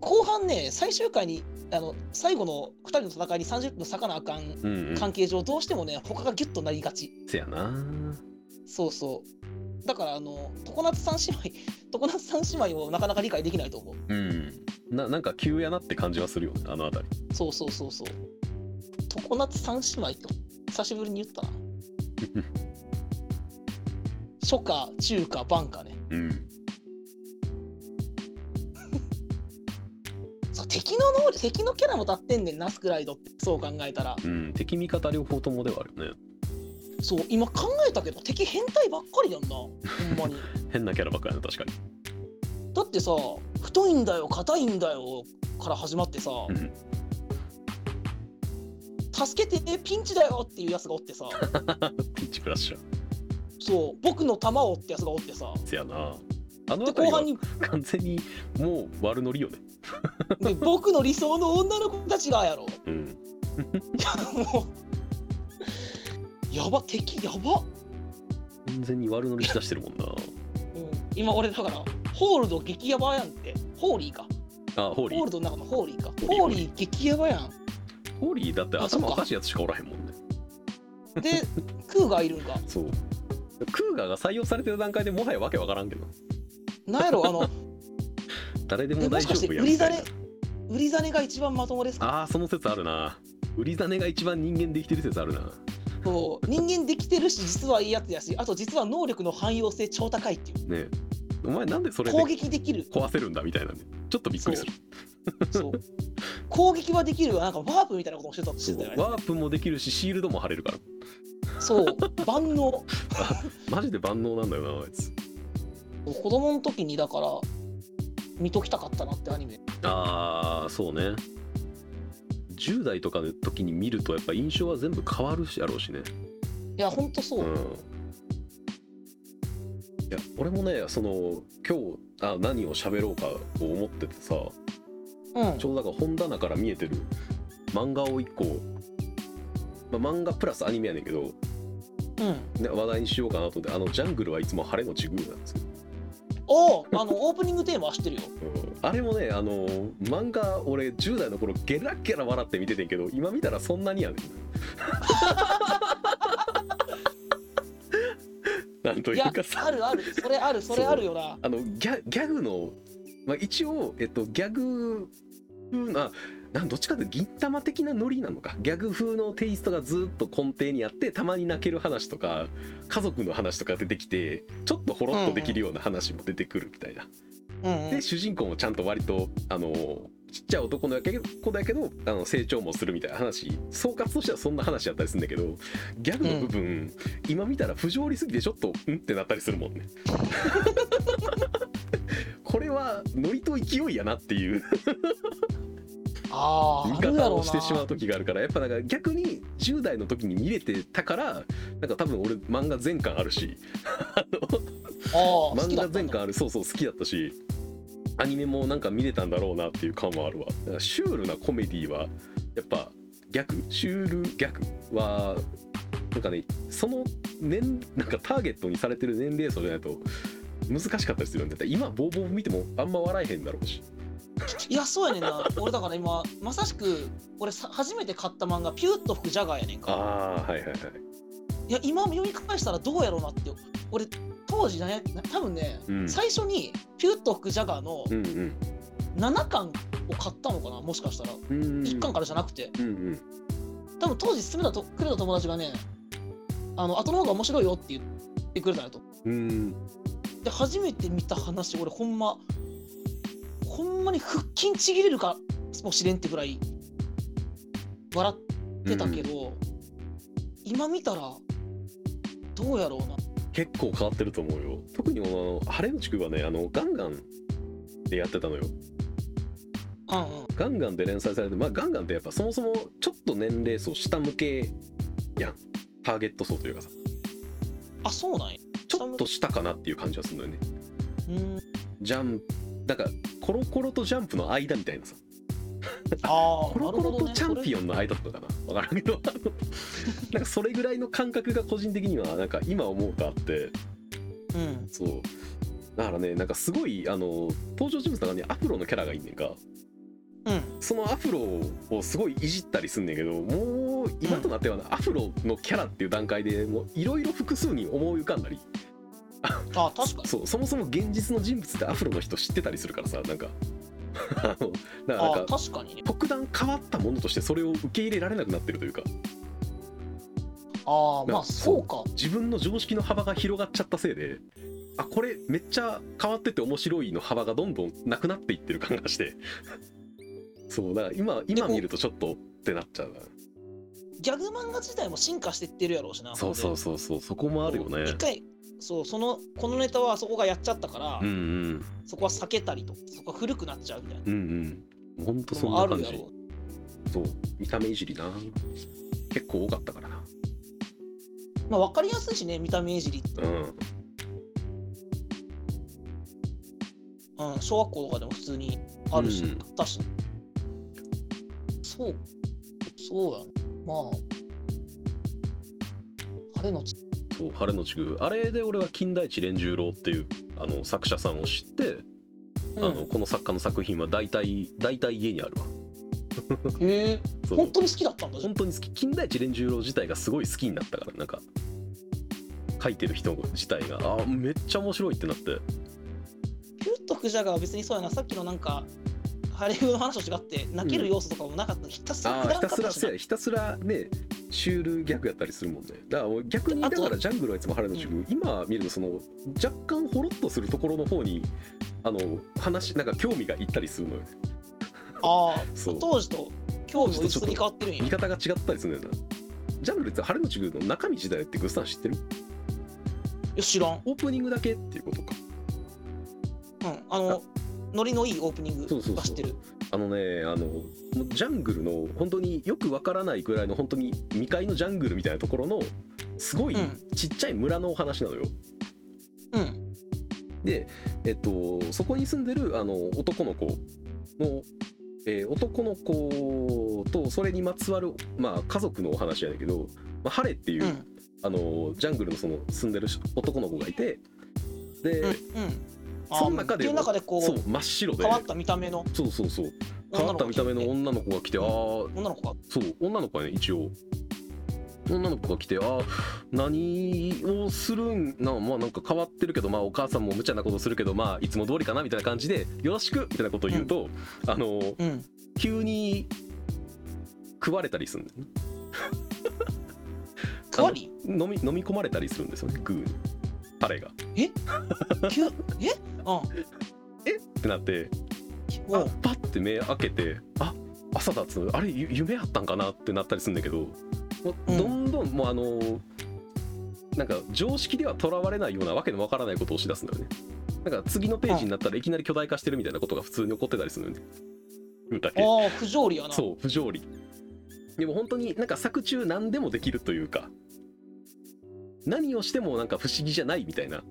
Speaker 1: 後半ね、最終回に、あの最後の2人の戦いに30分割かなあかん
Speaker 2: っと、うんうん、
Speaker 1: 関係上、どうしてもね、他がギュッとなりがち。
Speaker 2: せやな
Speaker 1: そうそう。だから、あの、常夏三姉妹、常夏三姉妹をなかなか理解できないと思う。
Speaker 2: うんななんか急やなって感じはするよねあの辺り
Speaker 1: そうそうそうそう。常夏三姉妹と、久しぶりに言ったな。初夏、中華、晩夏ね。
Speaker 2: うん
Speaker 1: そう敵の能力、敵のキャラも立ってんねんな、スクライドって。そう考えたら。
Speaker 2: うん敵味方両方ともではあるよね
Speaker 1: そう、今考えたけど、敵変態ばっかりやんな。ほん まに。
Speaker 2: 変なキャラばっかりだね確かに
Speaker 1: だってさ太いんだよ硬いんだよから始まってさ、
Speaker 2: うん
Speaker 1: 助けてピンチだよっていうやつがおってさ
Speaker 2: ピッチクラッシャー
Speaker 1: そう僕の玉をってやつがおってさ
Speaker 2: せやなあの
Speaker 1: で
Speaker 2: 辺
Speaker 1: 後
Speaker 2: りは
Speaker 1: 半に、
Speaker 2: 完全にもう悪ノリよね
Speaker 1: ね、僕の理想の女の子たちがやろ
Speaker 2: うん
Speaker 1: いや もうやば敵やば、
Speaker 2: 完全に悪ノリしだしてるもんな
Speaker 1: うん、今俺だからホールド激ヤバやんってホーリーか
Speaker 2: あホーリ
Speaker 1: ホー
Speaker 2: ー
Speaker 1: ルドの中のホーリーか
Speaker 2: ーリー
Speaker 1: ホーリー激ヤバやん
Speaker 2: ホーリーだって
Speaker 1: あそっ
Speaker 2: 頭
Speaker 1: か
Speaker 2: おかしいやつしかおらへんもんね
Speaker 1: で クーガーいるんか
Speaker 2: そうクーガーが採用されてる段階でもはやわけわからんけど
Speaker 1: なんやろ あの
Speaker 2: 誰で
Speaker 1: え
Speaker 2: も
Speaker 1: も
Speaker 2: 大
Speaker 1: し
Speaker 2: 丈
Speaker 1: かして
Speaker 2: 夫や
Speaker 1: 売
Speaker 2: み
Speaker 1: り
Speaker 2: たい
Speaker 1: 種
Speaker 2: な
Speaker 1: 売り種が一番まともですか
Speaker 2: あーその説あるな売り種が一番人間できてる説あるな
Speaker 1: そう人間できてるし実はいいやつやしあと実は能力の汎用性超高いっていう
Speaker 2: ねえお前なんでそれで
Speaker 1: 攻撃できる
Speaker 2: 壊せるんだみたいなねちょっとびっくりする
Speaker 1: そう攻撃はできるがなんかワープみたいなこともしてたしてたよね
Speaker 2: ワープもできるしシールドも貼れるから
Speaker 1: そう万能
Speaker 2: マジで万能なんだよなあいつ
Speaker 1: 子供の時にだから見ときたかったなってアニメ
Speaker 2: あーそうね10代とかの時に見るとやっぱ印象は全部変わるしやろうしね
Speaker 1: いやほんとそう、
Speaker 2: うんいや俺もねその今日あ何を喋ろうかと思っててさ
Speaker 1: うん
Speaker 2: ちょうどだから本棚から見えてる漫画を1個、まあ、漫画プラスアニメやねんけど、
Speaker 1: うん、
Speaker 2: ね、話題にしようかなと思ってあのジャングルはいつも晴れのちぐうなんですよ、
Speaker 1: おうあのオープニングテーマは知ってるよ
Speaker 2: うんあれもねあの漫画俺10代の頃ゲラゲラ笑って見ててんけど今見たらそんなにやねんなんと
Speaker 1: い
Speaker 2: い
Speaker 1: や
Speaker 2: うかさ
Speaker 1: あるあるそれあるそれあるよな
Speaker 2: あのギャギャグの、まあ、一応、えっと、ギャグ風ななんどっちかというと銀玉的なノリなのかギャグ風のテイストがずっと根底にあってたまに泣ける話とか家族の話とか出てきてちょっとほろっとできるような話も出てくるみたいな。
Speaker 1: うん、うん
Speaker 2: で、主人公もちゃんと割とあのちっちゃい男の子だけどあの成長もするみたいな話総括としてはそんな話だったりするんだけどギャグの部分、今見たら不条理すぎてちょっとうんってなったりするもんね。 これはノリと勢いやなっていう
Speaker 1: ああ
Speaker 2: 見
Speaker 1: あるや
Speaker 2: 方
Speaker 1: ろ
Speaker 2: を
Speaker 1: う
Speaker 2: してしま
Speaker 1: な
Speaker 2: う時があるからやっぱだから逆に10代の時に見れてたからなんか多分俺漫画全巻あるし
Speaker 1: ああ好
Speaker 2: 漫
Speaker 1: きだ
Speaker 2: 画
Speaker 1: ったん
Speaker 2: 全
Speaker 1: だ
Speaker 2: 巻あるそうそう好きだったしアニメもなんか見れたんだろうなっていう感はあるわだからシュールなコメディはやっぱ逆シュール逆はなんかねその年なんかターゲットにされてる年齢層じゃないと難しかったりするんだって今ボーボー見てもあんま笑えへんだろうし
Speaker 1: いやそうやねんな俺だから今まさしく俺さ初めて買った漫画「ピューッと吹くジャガー」やねんか
Speaker 2: ああはいはいはい
Speaker 1: いや今読み返したらどうやろうなって俺当時ねな多分ね、
Speaker 2: うん
Speaker 1: 最初に「ピューッと吹くジャガー」の
Speaker 2: うんうん
Speaker 1: 7巻を買ったのかなもしかしたら
Speaker 2: うんうん
Speaker 1: 1巻からじゃなくて
Speaker 2: うんうん
Speaker 1: 多分当時勧めたとくれた友達がねあの後の方が面白いよって言ってくれたんやと
Speaker 2: うん
Speaker 1: で初めて見た話俺ほんまほんまに腹筋ちぎれるかもしれんってぐらい笑ってたけど、今見たらどうやろうな
Speaker 2: 結構変わってると思うよ特にあの晴れの地区はねあのガンガンでやってたのよ
Speaker 1: うんうん
Speaker 2: ガンガンで連載されてまあガンガンってやっぱそもそもちょっと年齢層下向けやんターゲット層というかさ
Speaker 1: あそうなんや
Speaker 2: ちょっと下かなっていう感じはするのよね
Speaker 1: うん
Speaker 2: ジャンプだからコロコロとジャンプの間みたいなさ
Speaker 1: あ
Speaker 2: コ
Speaker 1: あ
Speaker 2: ロ
Speaker 1: なる
Speaker 2: コ
Speaker 1: ほど
Speaker 2: ロと
Speaker 1: ね
Speaker 2: チャンピ
Speaker 1: オン
Speaker 2: オンの間とかかなわからんけど あのなんかそれぐらいの感覚が個人的にはなんか今思うとあって
Speaker 1: うん
Speaker 2: そうだからねなんかすごいあの登場人物の中にアフロのキャラがいんねんか
Speaker 1: うん
Speaker 2: そのアフロをすごいいじったりすんねんけどもう応今となってはな、アフロのキャラっていう段階でもういろいろ複数に思い浮かんだり
Speaker 1: あ確かに
Speaker 2: そうそもそも現実の人物ってアフロの人知ってたりするからさなんか あのだからなん
Speaker 1: あ
Speaker 2: か
Speaker 1: 確かにね
Speaker 2: 特段変わったものとしてそれを受け入れられなくなってるというか
Speaker 1: ああ
Speaker 2: な
Speaker 1: まあそうか
Speaker 2: 自分の常識の幅が広がっちゃったせいであこれめっちゃ変わってて面白いの幅がどんどんなくなっていってる感がして そうだから今今
Speaker 1: でこう
Speaker 2: 見るとちょっとってなっちゃうな
Speaker 1: ギャグ漫画自体も進化してってるやろうしな
Speaker 2: そうそうそうそうそこもあるよね
Speaker 1: 一回そうそのこのネタはそこがやっちゃったから、
Speaker 2: うんうん
Speaker 1: そこは避けたりとそこは古くなっちゃうみたいな
Speaker 2: うんうんほんとそ
Speaker 1: の
Speaker 2: ん
Speaker 1: もあ
Speaker 2: な
Speaker 1: る
Speaker 2: 感
Speaker 1: や
Speaker 2: じ
Speaker 1: ろう
Speaker 2: そう見た目いじりな結構多かったからな
Speaker 1: まあ分かりやすいしね見た目いじりって、
Speaker 2: うん
Speaker 1: うん、小学校とかでも普通にあるし、
Speaker 2: うん
Speaker 1: 確かにそうそうやなまああれのち
Speaker 2: そう「晴れの地区」あれで俺は金田一連十郎っていうあの作者さんを知って、
Speaker 1: うん
Speaker 2: あのこの作家の作品は大体大体家にあるわ
Speaker 1: へえ
Speaker 2: そう
Speaker 1: 本当に好きだったんだじゃ
Speaker 2: 本当に好き金田一連十郎自体がすごい好きになったからなんか書いてる人自体があめっちゃ面白いってなって
Speaker 1: キュッとクジャガは別にそうやなさっきのなんかハレウの話と違って泣ける要素とかもなかった、ひたすら
Speaker 2: あ
Speaker 1: く
Speaker 2: ー
Speaker 1: だら
Speaker 2: ひ
Speaker 1: んか
Speaker 2: た
Speaker 1: っ
Speaker 2: す
Speaker 1: た
Speaker 2: ら
Speaker 1: しな
Speaker 2: せひたすらねシュールギャグやったりするもんねだから俺逆に
Speaker 1: あ
Speaker 2: だ
Speaker 1: と
Speaker 2: からジャングルはいつも晴れの地区、今見るとその若干ほろっとするところの方にあの話なんか興味がいったりするのよね
Speaker 1: ああ
Speaker 2: そう
Speaker 1: 当時と興味を一緒に変わってるんや
Speaker 2: 見方が違ったりするんだよなジャングルって晴れの地区の中身時代ってグッサン知ってる
Speaker 1: いや知らんうん
Speaker 2: オープニングだけっていうことか
Speaker 1: あのノリのいいオープニン
Speaker 2: そうそう
Speaker 1: グ
Speaker 2: そう
Speaker 1: が知ってる
Speaker 2: あのねあのもうジャングルの本当によくわからないぐらいの本当に未開のジャングルみたいなところのすごい
Speaker 1: うん
Speaker 2: ちっちゃい村のお話なのよ、
Speaker 1: うん
Speaker 2: で、えっと、そこに住んでるあの男の子の、えー男の子とそれにまつわる、まあ、家族のお話やねんけど、まあ、ハレっていう、
Speaker 1: うん
Speaker 2: あのジャングルのその住んでる男の子がいてで、
Speaker 1: うんうんあー
Speaker 2: その中で
Speaker 1: っていう中でこ
Speaker 2: そう
Speaker 1: う
Speaker 2: 真っ白で
Speaker 1: 変わった見た目の
Speaker 2: そうそうそう変
Speaker 1: 女
Speaker 2: わっ
Speaker 1: の
Speaker 2: た
Speaker 1: 子
Speaker 2: 見た目の
Speaker 1: 女
Speaker 2: 女の子が来て、ああ
Speaker 1: の子が
Speaker 2: そう女の子はね一応女の子が来てあー何をするんなまあなんか変わってるけどまあお母さんも無茶なことするけどまあいつも通りかなみたいな感じでよろしくみたいなことを言うと、あの
Speaker 1: うん
Speaker 2: 急に食われたりするんだよね
Speaker 1: 変わり
Speaker 2: 飲み飲み込まれたりするんですよねグーに彼が
Speaker 1: 急えうん
Speaker 2: ってなって
Speaker 1: おう
Speaker 2: パッて目開けてあ朝だっつうのあれゆ夢あったんかなってなったりするんだけども
Speaker 1: う
Speaker 2: う
Speaker 1: ん
Speaker 2: どんどんもうあのーなんか常識ではとらわれないようなわけのわからないことをしだすんだよねなんか次のページになったらいきなり巨大化してるみたいなことが普通に起こってたりするのよねうんだけ
Speaker 1: ああ不条理やな
Speaker 2: そう不条理でも本当になんか作中何でもできるというか何をしてもなんか不思議じゃないみたいな
Speaker 1: う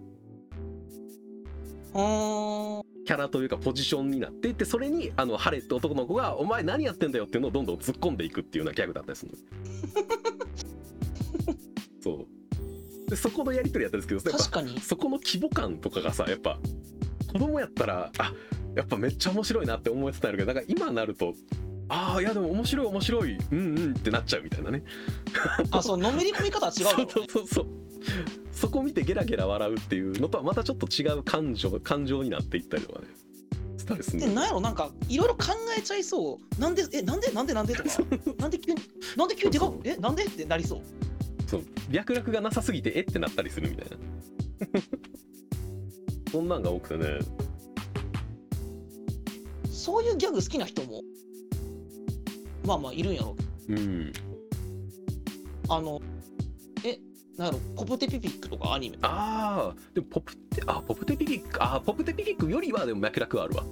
Speaker 1: ーん
Speaker 2: キャラというかポジションになっていってそれにあのハレって男の子が「お前何やってんだよ」っていうのをどんどん突っ込んでいくっていうようなギャグだったりするのそうでそこのやり取りやったんですけどやっ
Speaker 1: 確
Speaker 2: ぱ
Speaker 1: かに
Speaker 2: そこの規模感とかがさやっぱ子供やったらあやっぱめっちゃ面白いなって思ってたんやけどなんか今になるとああいやでも面白い面白いうんうんってなっちゃうみたいなね
Speaker 1: あそうのめり込み方は違うだろうね
Speaker 2: そうそうそうそうそこ見てゲラゲラ笑うっていうのとはまたちょっと違う感情感情になっていったりとかねしたりするの
Speaker 1: でなんやろなんかいろいろ考えちゃいそうなんでえなんでなんでなんでとかなんで急になんで急にでかくえなんでってなりそう
Speaker 2: そう脈絡がなさすぎてえってなったりするみたいな そんなんが多くてね
Speaker 1: そういうギャグ好きな人もまあまあいるんやろ
Speaker 2: うん
Speaker 1: あのえなんやろコプテピピックとかアニメ
Speaker 2: ああでもポプテあポプテピピックあーポプテピピックよりはでも脈絡はあるわ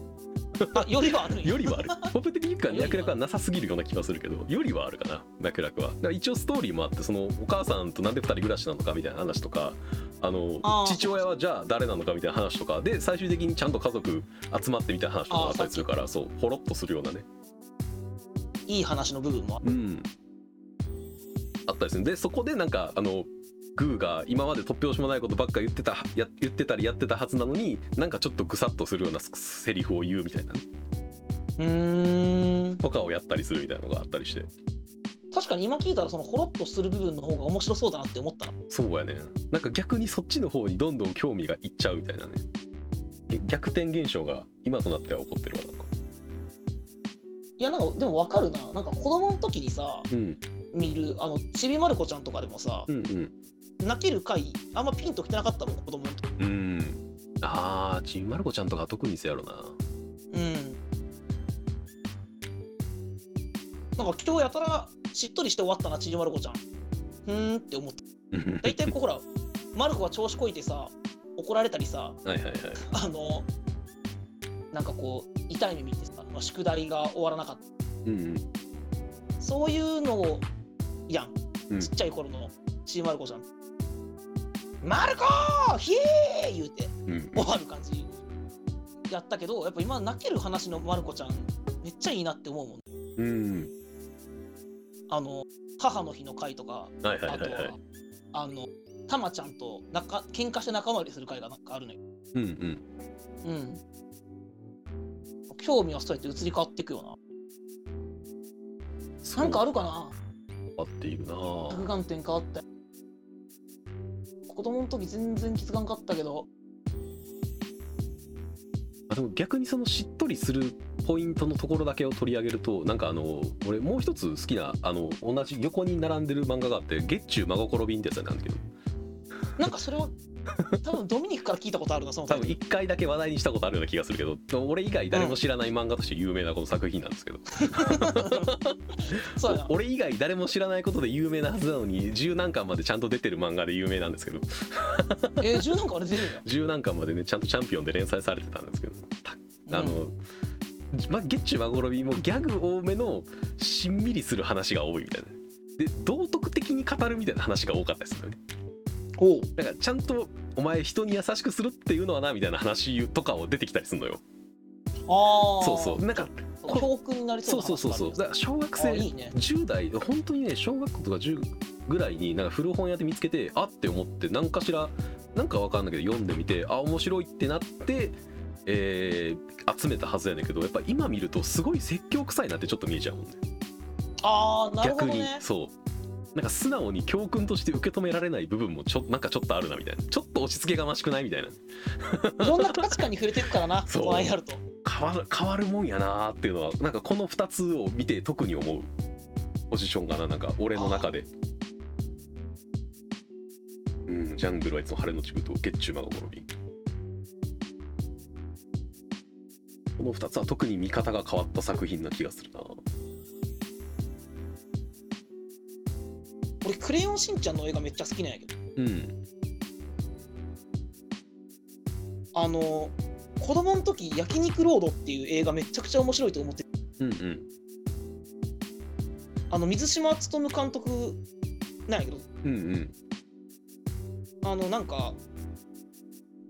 Speaker 1: あよりはあるんや
Speaker 2: よりはあるポプテピピックは
Speaker 1: よりは
Speaker 2: 脈絡はなさすぎるような気がするけどよりはあるかな脈絡はだから一応ストーリーもあってそのお母さんとなんで2人暮らしなのかみたいな話とかあの
Speaker 1: あー
Speaker 2: 父親はじゃあ誰なのかみたいな話とかで最終的にちゃんと家族集まってみたいな話とかあったりするからそうほろっとするようなね
Speaker 1: いい話の部分もある
Speaker 2: うん、あったりするでそこでなんかあのグーが今まで突拍子もないことばっか言ってたや言ってたりやってたはずなのになんかちょっとぐさっとするようなスセリフを言うみたいなね
Speaker 1: うーん
Speaker 2: とかをやったりするみたいなのがあったりして
Speaker 1: 確かに今聞いたらそのほろっとする部分の方が面白そうだなって思った
Speaker 2: そうやねなんか逆にそっちの方にどんどん興味がいっちゃうみたいなねげ逆転現象が今となっては起こってるわなんか
Speaker 1: いやなんかでも分かるななんか子供の時にさ
Speaker 2: うん
Speaker 1: 見るあのちびまる子ちゃんとかでもさ
Speaker 2: うん
Speaker 1: 泣ける回あんまピンときてなかったもん子供の時
Speaker 2: うんうんああちんまる子ちゃんとか特にせやろな
Speaker 1: うんなんか今日やたらしっとりして終わったなちびまる子ちゃんふーんって思った大体こうほら まる子が調子こいてさ怒られたりさ
Speaker 2: はいはいはい
Speaker 1: あのなんかこう痛い目見てさ、まあ、宿題が終わらなかった
Speaker 2: うんうん
Speaker 1: そういうのをやん、
Speaker 2: うん
Speaker 1: ちっちゃい頃のちーまる子ちゃん「まる子ひえー!」言うて
Speaker 2: うん
Speaker 1: 終わる感じやったけどやっぱ今泣ける話のまる子ちゃんめっちゃいいなって思うもん
Speaker 2: うん
Speaker 1: あの母の日の回とか
Speaker 2: はいは
Speaker 1: あ
Speaker 2: いはい
Speaker 1: と
Speaker 2: は
Speaker 1: はいあのたまちゃんとなか喧嘩して仲間割りする回がなんかあるのよ
Speaker 2: うん
Speaker 1: う
Speaker 2: うん
Speaker 1: ん興味はそうやって移り変わっていくよななんかあるかな
Speaker 2: 合っているな
Speaker 1: 着眼点変わった子供の時全然気づかんかったけど
Speaker 2: あでも逆にそのしっとりするポイントのところだけを取り上げるとなんかあの俺もう一つ好きなあの同じ横に並んでる漫画があって「月中真心便」ってやつなんだけど
Speaker 1: なんかそれ は多分ドミニクから聞いたことあるなその
Speaker 2: 多
Speaker 1: 回
Speaker 2: 分1回だけ話題にしたことあるような気がするけど俺以外誰も知らない漫画として有名なこの作品なんですけど、
Speaker 1: そうやな
Speaker 2: お俺以外誰も知らないことで有名なはずなのに十何巻までちゃんと出てる漫画で有名なんですけど
Speaker 1: えー、十なんかあれ出るんだ
Speaker 2: 十何巻までねちゃんとチャンピオンで連載されてたんですけどた あの、ま、ゲッチュマゴロビもギャグ多めのしんみりする話が多いみたいな。で道徳的に語るみたいな話が多かったですよね
Speaker 1: おう
Speaker 2: だからちゃんとお前人に優しくするっていうのはなみたいな話とかを出てきたりするのよ
Speaker 1: ああ
Speaker 2: そうそうなんか
Speaker 1: 教訓になりそう
Speaker 2: そう
Speaker 1: な
Speaker 2: そうそうそうだから小学生
Speaker 1: あいいね
Speaker 2: 10代本当にね小学校とか10ぐらいになんか古本屋で見つけてあって思って何かしらなんかわかんないけど読んでみてあ面白いってなって、えー集めたはずやねんけどやっぱ今見るとすごい説教臭いなってちょっと見えちゃうもんね
Speaker 1: ああなるほ
Speaker 2: 逆
Speaker 1: ど
Speaker 2: に
Speaker 1: ね
Speaker 2: そうなんか素直に教訓として受け止められない部分もちょなんかちょっとあるなみたいなちょっと押し付けがましくないみたいない
Speaker 1: ろんな価値観に触れていくからな
Speaker 2: そう
Speaker 1: 大人になると
Speaker 2: 変わる変わるもんやなーっていうのはなんかこの2つを見て特に思うポジションかななんか俺の中でうんジャングルはいつも晴れのちくと月中魔が滅びこの2つは特に見方が変わった作品な気がするな
Speaker 1: 俺クレヨンしんちゃんの映画めっちゃ好きなんやけど
Speaker 2: うん
Speaker 1: あの子供の時焼肉ロードっていう映画めちゃくちゃ面白いと思って
Speaker 2: うんうん
Speaker 1: あの水島努監督なんやけど
Speaker 2: うんうん
Speaker 1: あのなんか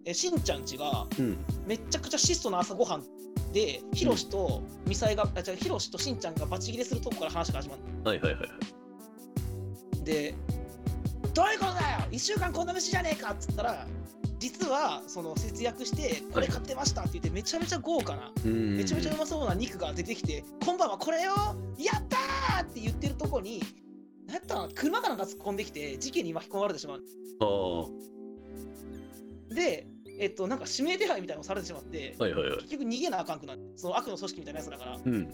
Speaker 1: えしんちゃんちが
Speaker 2: うん
Speaker 1: めっちゃくちゃ質素な朝ごはんでひろしとみさえが、あ違うひろしとしんちゃんがバチ切れするとこから話が始まる
Speaker 2: はいはいはいはい
Speaker 1: んで「どういうことだよ !1 週間こんな飯じゃねえか!」っつったら実はその節約して「これ買ってました」って言ってめちゃめちゃ豪華な
Speaker 2: うんうん
Speaker 1: めちゃめちゃうまそうな肉が出てきて「今晩はこれよやったー!」って言ってるとこになんやったら車かなんか突っ込んできて事件に巻き込まれてしまう
Speaker 2: ああは
Speaker 1: で、えっと、なんか指名手配みたいなのをされてしまって、
Speaker 2: いはいはい
Speaker 1: 結局逃げなあかんくなる、その悪の組織みたいなやつだから。
Speaker 2: うん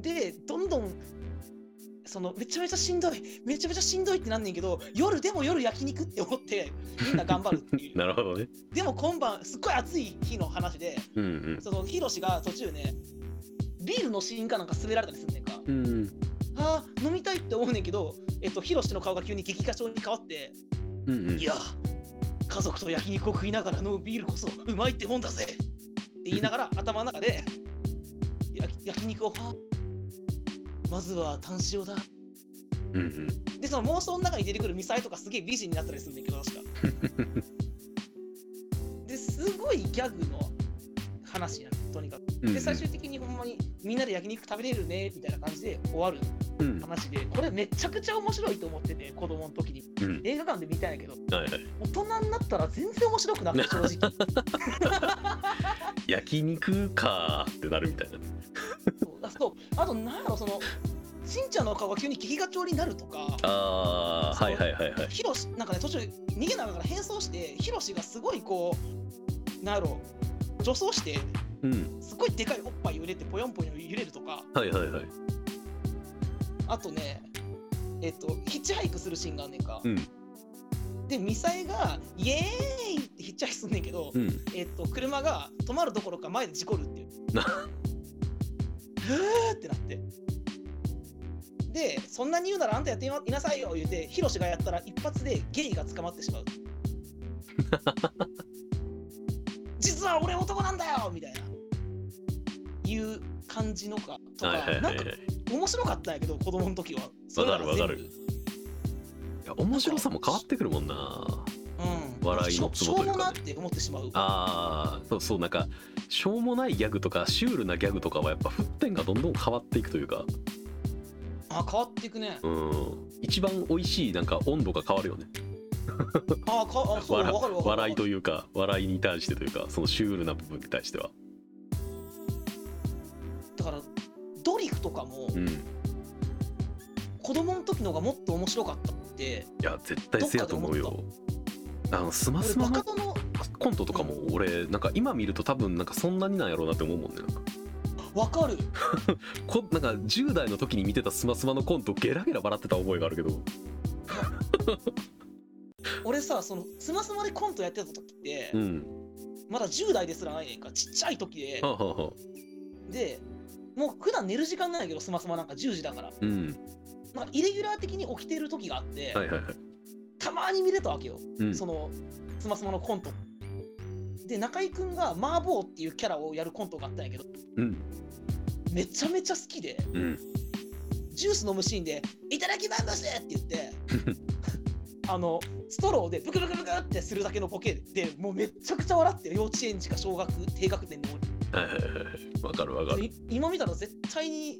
Speaker 1: で、どんどん、そのめちゃめちゃしんどい、めちゃめちゃしんどいってなんねんけど、夜でも夜焼肉って思って、みんな頑張るっていう。
Speaker 2: なるほどね
Speaker 1: でも今晩、すっごい暑い日の話で、
Speaker 2: うんうん
Speaker 1: そのヒロシが途中ね、ビールのシーンかなんか滑られたりすんねんか。
Speaker 2: うんうん
Speaker 1: ああ、飲みたいって思うねんけど、えっと、ヒロシの顔が急に激化症に変わって、
Speaker 2: うんうん
Speaker 1: いや、家族と焼肉を食いながら飲むビールこそうまいってもんだぜって言いながら頭の中で焼焼肉をはまずは炭塩だ
Speaker 2: うんうん
Speaker 1: でその妄想の中に出てくるミサイとかすげえ美人になったりするんだけど確か ですごいギャグの話やねとにかく
Speaker 2: うんう
Speaker 1: で
Speaker 2: ん
Speaker 1: 最終的にほんまにみんなで焼肉食べれるねみたいな感じで終わる
Speaker 2: うん
Speaker 1: 話でこれめちゃくちゃ面白いと思ってて子供の時に
Speaker 2: うん
Speaker 1: 映画館で見たんやけど
Speaker 2: はいはい
Speaker 1: 大人になったら全然面白くな くて正直
Speaker 2: 焼肉かーってなるみたいな
Speaker 1: そうあそうあと何やろそのしんちゃんの顔が急に劇画調になるとか
Speaker 2: ああはいはいはいはい
Speaker 1: ヒロシなんかね途中逃げながら変装してヒロシがすごいこうなんやろ女装して
Speaker 2: うん
Speaker 1: すごいでかいおっぱいを入れてぽよんぽよん揺れるとか
Speaker 2: はいはいはい
Speaker 1: あとねえっとヒッチハイクするシーンがあんねんか、
Speaker 2: うん
Speaker 1: でミサエが「イエーイ!」ってヒッチハイクすんねんけど、
Speaker 2: うん
Speaker 1: えっと車が止まるどころか前で事故るっていう
Speaker 2: な。
Speaker 1: えーってなって。で、そんなに言うならあんたやっていなさいよ言うて、ヒロシがやったら一発でゲイが捕まってし まう。実は俺男なんだよみたいな。いう感じのかとか、
Speaker 2: はいはい
Speaker 1: な
Speaker 2: は
Speaker 1: ん
Speaker 2: い
Speaker 1: か
Speaker 2: はい
Speaker 1: 面白かったんやけど、子供の時は。それらが
Speaker 2: わかるわかる
Speaker 1: 全部
Speaker 2: いや面白さも変わってくるもんな
Speaker 1: うん、
Speaker 2: 笑いの
Speaker 1: し
Speaker 2: ツ
Speaker 1: ょ
Speaker 2: ボ
Speaker 1: しょ
Speaker 2: と
Speaker 1: う
Speaker 2: いうかね
Speaker 1: もなって思ってしまう。
Speaker 2: あーそうそうなんかしょうもないギャグとかシュールなギャグとかはやっぱ沸点がどんどん変わっていくというか
Speaker 1: あ、変わっていくね。
Speaker 2: うん一番美味しいなんか温度が変わるよね
Speaker 1: あ、かあそう、わか
Speaker 2: 笑
Speaker 1: るわかるわかる。
Speaker 2: 笑いというか笑いに対してというかそのシュールな部分に対しては
Speaker 1: だからドリフとかも
Speaker 2: うんい
Speaker 1: 子供の時のがもっと面白かったって
Speaker 2: や絶対せやと思
Speaker 1: ど
Speaker 2: う
Speaker 1: っ
Speaker 2: よあのスマ
Speaker 1: 俺
Speaker 2: スマ
Speaker 1: バ
Speaker 2: の
Speaker 1: カ殿の
Speaker 2: コントとかも俺なんか今見ると多分なんかそんなになんやろうなって思うもんねなんか
Speaker 1: わかる
Speaker 2: こなんか10代の時に見てたスマスマのコントゲラゲラ笑ってた覚えがあるけど
Speaker 1: 俺さそのスマスマでコントやってた時って、
Speaker 2: うん
Speaker 1: まだ10代ですらないねんかちっちゃい時で
Speaker 2: はあ、はあはあ、
Speaker 1: でもう普段寝る時間なんやけどスマスマなんか10時だから
Speaker 2: うん
Speaker 1: なんかイレギュラー的に起きてる時があって、
Speaker 2: はいはいはい
Speaker 1: たまに見れたわけよ、
Speaker 2: うん
Speaker 1: そのスマスマのコントで中居君がマーボーっていうキャラをやるコントがあったんやけど
Speaker 2: うん
Speaker 1: めちゃめちゃ好きで
Speaker 2: うん
Speaker 1: ジュース飲むシーンで「いただきまんだして!」って言って あのストローでブクブクブクってするだけのボケでもうめっちゃくちゃ笑ってる幼稚園児か小学低学年の
Speaker 2: はいはいはいはいわかるわかる
Speaker 1: い今見たら絶対に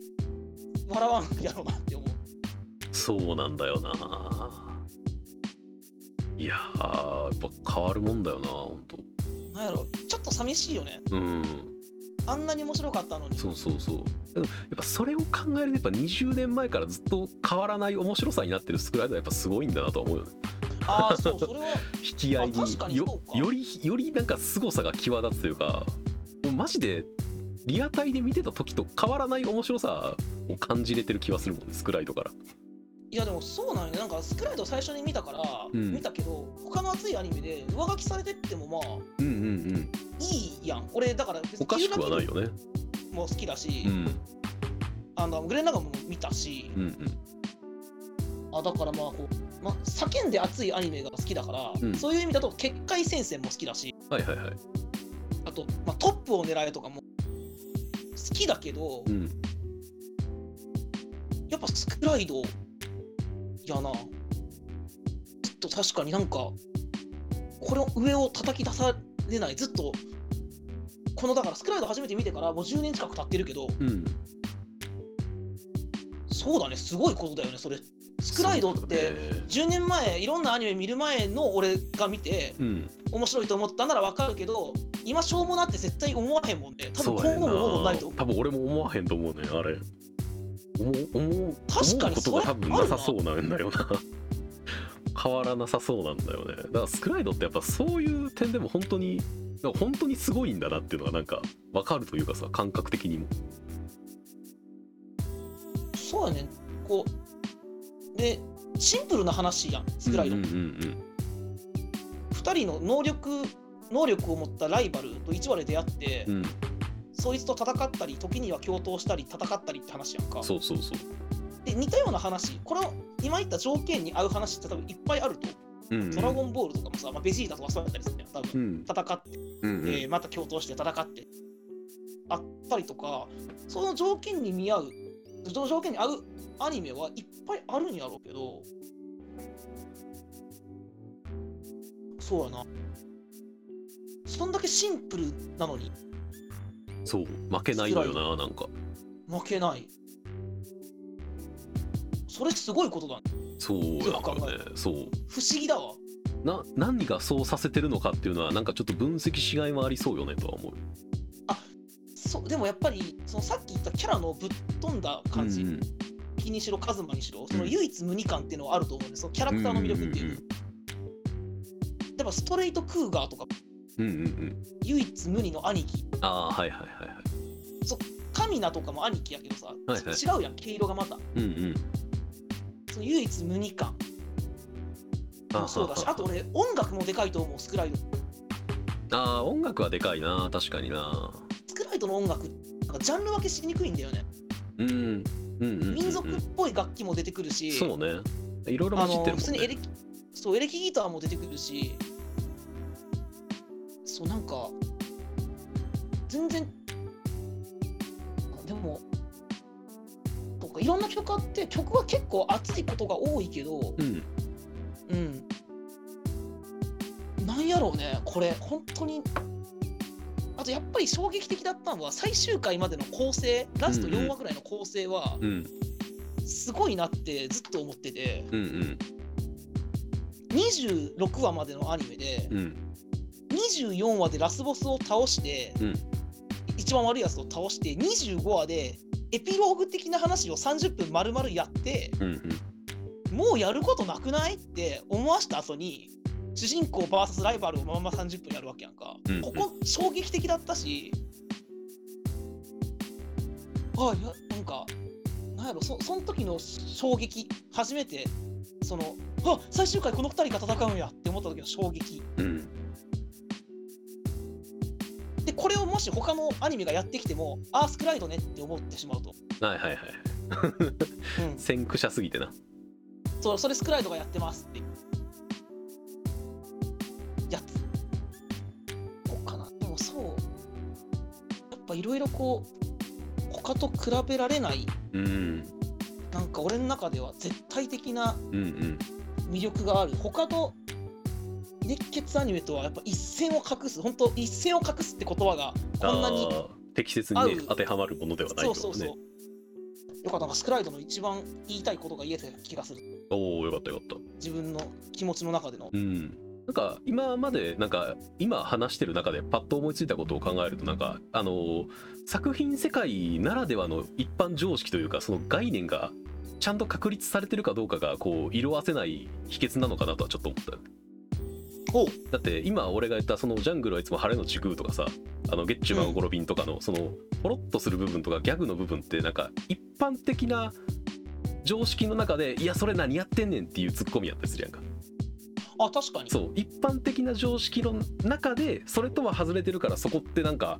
Speaker 1: 笑わんやろうなって思う
Speaker 2: そうなんだよな。いやー、やっぱ変わるもんだよな、本
Speaker 1: なんやろちょっと寂しいよね
Speaker 2: 当。うん、
Speaker 1: あんなに面白かったのに
Speaker 2: そうそうそう。でもやっぱそれを考えると、やっぱ20年前からずっと変わらない面白さになってるスクライドはやっぱすごいんだなとは思うよね。
Speaker 1: ああそうそれは
Speaker 2: 引き合い
Speaker 1: あ確か
Speaker 2: に
Speaker 1: に
Speaker 2: よ
Speaker 1: そうか
Speaker 2: より、よりなんか凄さが際立つというか、もうマジでリアタイで見てた時と変わらない面白さを感じれてる気はするもんね、スクライドから。
Speaker 1: いやでもそうなんよねなんかスクライド最初に見たから、
Speaker 2: うん
Speaker 1: 見たけど他の熱いアニメで上書きされてってもまあ
Speaker 2: うんうんうん。
Speaker 1: いいやん俺だから別
Speaker 2: おかしくはない
Speaker 1: よ
Speaker 2: よね。
Speaker 1: も好きだし、
Speaker 2: うん
Speaker 1: あのグレン・ラガンも見たし、
Speaker 2: うんうん。
Speaker 1: あだからまあこう、まあ、叫んで熱いアニメが好きだから、
Speaker 2: うん
Speaker 1: そういう意味だと「結界戦線」も好きだし
Speaker 2: はいはいはい。
Speaker 1: あと、まあ「トップを狙え」とかも好きだけど、
Speaker 2: うん。
Speaker 1: やっぱスクライドやなちょっと確かになんかこれを上を叩き出されないずっとこのだからスクライド初めて見てからもう10年近く経ってるけど
Speaker 2: うん。
Speaker 1: そうだねすごいことだよねそれスクライドっ
Speaker 2: そうだ
Speaker 1: て
Speaker 2: ね
Speaker 1: 10年前いろんなアニメ見る前の俺が見て
Speaker 2: うん、
Speaker 1: 面白いと思ったならわかるけど今しょうもなって絶対思わへんもんね多分
Speaker 2: そうや
Speaker 1: 今後
Speaker 2: ねんな
Speaker 1: も思うないと思う
Speaker 2: 多分俺も思わへんと思うねんあれ思う思う
Speaker 1: 確かに
Speaker 2: 思うことが多分なさ
Speaker 1: そ
Speaker 2: そ
Speaker 1: れ
Speaker 2: うなん だよな変わらなさそうなんだよねだからスクライドってやっぱそういう点でも本当になんか本当にすごいんだなっていうのがなんか分かるというかさ感覚的にも
Speaker 1: そうやねこうでシンプルな話やんスクライド、
Speaker 2: うんうんうん
Speaker 1: 2人の能力能力を持ったライバルと1話で出会って、
Speaker 2: うん、うん、
Speaker 1: そいつと戦ったり時には共闘したり戦ったりって話やんか
Speaker 2: そうそうそう
Speaker 1: で似たような話これを今言った条件に合う話って多分いっぱいあると
Speaker 2: うんうん
Speaker 1: ドラゴンボールとかもさ、まあ、ベジータとかそうやったりするやん多
Speaker 2: う
Speaker 1: 分
Speaker 2: ん
Speaker 1: 戦って
Speaker 2: うんうん
Speaker 1: えーまた共闘して戦ってあったりとかその条件に見合うその条件に合うアニメはいっぱいあるんやろうけどそうやなそんだけシンプルなのに
Speaker 2: そう負けないのよななんか
Speaker 1: 負けないそれすごいことだね
Speaker 2: そうやからねそう
Speaker 1: 不思議だわ
Speaker 2: な何がそうさせてるのかっていうのはなんかちょっと分析しがいもありそうよねとは思う
Speaker 1: そでもやっぱりそのさっき言ったキャラのぶっ飛んだ感じ、
Speaker 2: うんうん
Speaker 1: キキにしろカズマにしろその唯一無二感っていうのはあると思うんですそのキャラクターの魅力っていう,、やっぱストレートクーガーとか
Speaker 2: うんうんうん
Speaker 1: 唯一無二の兄貴
Speaker 2: ああはいはいはいはい
Speaker 1: カミナとかも兄貴やけどさ、
Speaker 2: はい
Speaker 1: 違うやん毛色がまた
Speaker 2: うんうん
Speaker 1: その唯一無二感もそうだしあと俺音楽もでかいと思うスクライド
Speaker 2: あー音楽はでかいな確かにな
Speaker 1: スクライドの音楽なんかジャンル分けしにくいんだよね
Speaker 2: うんうんうんうん
Speaker 1: 民族っぽい楽器も出てくるし、
Speaker 2: そうねいろいろ
Speaker 1: あ
Speaker 2: 混じっ
Speaker 1: の
Speaker 2: てる
Speaker 1: 普
Speaker 2: も
Speaker 1: 通
Speaker 2: ん
Speaker 1: にエレ
Speaker 2: ね
Speaker 1: キそうエレキギターも出てくるしそうなんか全然あでもとかいろんな曲あって曲は結構熱いことが多いけど
Speaker 2: うん
Speaker 1: うんなんやろうねこれ本当にあとやっぱり衝撃的だったのは最終回までの構成ラスト4話ぐらいの構成は
Speaker 2: うん
Speaker 1: すごいなってずっと思ってて。
Speaker 2: うんうん
Speaker 1: 26話までのアニメで、
Speaker 2: うん
Speaker 1: 24話でラスボスを倒して、
Speaker 2: うん
Speaker 1: 一番悪いやつを倒して25話でエピローグ的な話を30分丸々やって
Speaker 2: うんうん
Speaker 1: もうやることなくないって思わした後に主人公 VS ライバルをまんま30分やるわけやんか、
Speaker 2: うん
Speaker 1: ここ衝撃的だったしあいやなんかなんやろそその時の衝撃初めてそのあ最終回この2人が戦うんやって思った時の衝撃
Speaker 2: うん
Speaker 1: でこれをもし他のアニメがやってきてもアースクライドねって思ってしまうと、
Speaker 2: はいはいはい
Speaker 1: うん、
Speaker 2: 先駆者すぎてな
Speaker 1: そうそれスクライドがやってますってやつこうかなでもそうやっぱいろいろこう他と比べられない
Speaker 2: うん
Speaker 1: なんか俺の中では絶対的な
Speaker 2: うんうん
Speaker 1: 魅力がある他と熱血アニメとはやっぱ一線を画す本当一線を画すって言葉がこんなに
Speaker 2: あー適切に
Speaker 1: 合
Speaker 2: ね、
Speaker 1: う
Speaker 2: 当てはまるものではない
Speaker 1: そう
Speaker 2: と
Speaker 1: そ
Speaker 2: は
Speaker 1: うそう
Speaker 2: ね
Speaker 1: よかったなんかスクライドの一番言いたいことが言えた気がする
Speaker 2: おおよかったよかった
Speaker 1: 自分の気持ちの中での
Speaker 2: うん、なんか今までなんか今話してる中でパッと思いついたことを考えるとなんかあのー作品世界ならではの一般常識というかその概念がちゃんと確立されてるかどうかがこう色あせない秘訣なのかなとはちょっと思った
Speaker 1: おう
Speaker 2: だって今俺が言ったそのジャングルはいつも晴れの時空とかさあのゲッチュマンゴロビンとかのそのポロッとする部分とかギャグの部分ってなんか一般的な常識の中でいやそれ何やってんねんっていうツッコミやったりするやんか
Speaker 1: あ確かに
Speaker 2: そう一般的な常識の中でそれとは外れてるからそこってなんか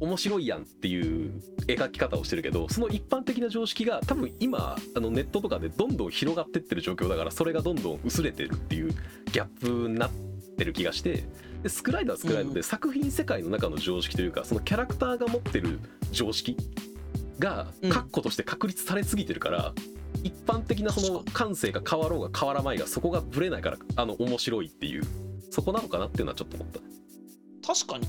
Speaker 2: 面白いやんっていう描き方をしてるけどその一般的な常識が多分今あのネットとかでどんどん広がってってる状況だからそれがどんどん薄れてるっていうギャップになってる気がしてでスクライドはスクライドで、
Speaker 1: う
Speaker 2: 作品世界の中の常識というかそのキャラクターが持ってる常識が
Speaker 1: うん
Speaker 2: 確固として確立されすぎてるから、一般的なその
Speaker 1: 確
Speaker 2: 感性が変わろうが変わらまいがそこがぶれないからあの面白いっていうそこなのかなっていうのはちょっと思った
Speaker 1: 確かに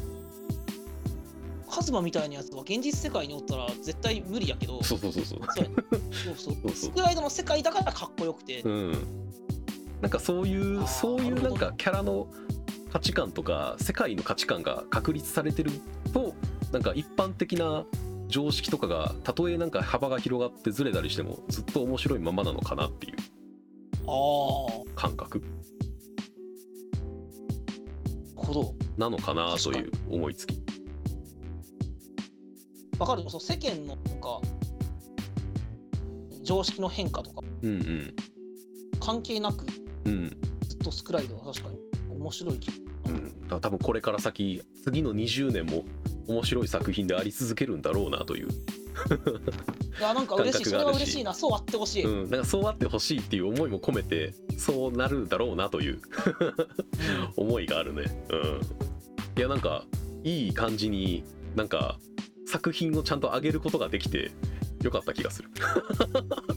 Speaker 1: カズマみたいなやつは現実世界におったら絶対無理やけど
Speaker 2: そうそうそうそ
Speaker 1: そ
Speaker 2: う
Speaker 1: うそう
Speaker 2: そうそ
Speaker 1: ス
Speaker 2: う
Speaker 1: クライドの世界だからかっこよくて、
Speaker 2: うんなんかそういう
Speaker 1: あー
Speaker 2: そうい
Speaker 1: なる
Speaker 2: うな
Speaker 1: ほ
Speaker 2: ん
Speaker 1: ど
Speaker 2: かキャラの価値観とか世界の価値観が確立されてるとなんか一般的な常識とかがたとえなんか幅が広がってずれたりしてもずっと面白いままなのかなっていう
Speaker 1: ああー
Speaker 2: 感覚
Speaker 1: ほど
Speaker 2: なのかなという思いつき
Speaker 1: わかるそう世間のとか常識の変化とか
Speaker 2: うん
Speaker 1: 関係なく
Speaker 2: うんうん
Speaker 1: ずっとスクライドは確かに面白い気
Speaker 2: うん、だから多分これから先次の20年も面白い作品であり続けるんだろうなという、
Speaker 1: いやなんか嬉しい
Speaker 2: 感覚
Speaker 1: そ
Speaker 2: があ
Speaker 1: れは
Speaker 2: るし
Speaker 1: 嬉しいなそうあってほしい、
Speaker 2: う
Speaker 1: うん
Speaker 2: ん、なんかそうあってほしいっていう思いも込めてそうなるだろうなという 思いがあるね、うん、いやなんかいい感じになんか作品をちゃんと上げることができてよかった気がする、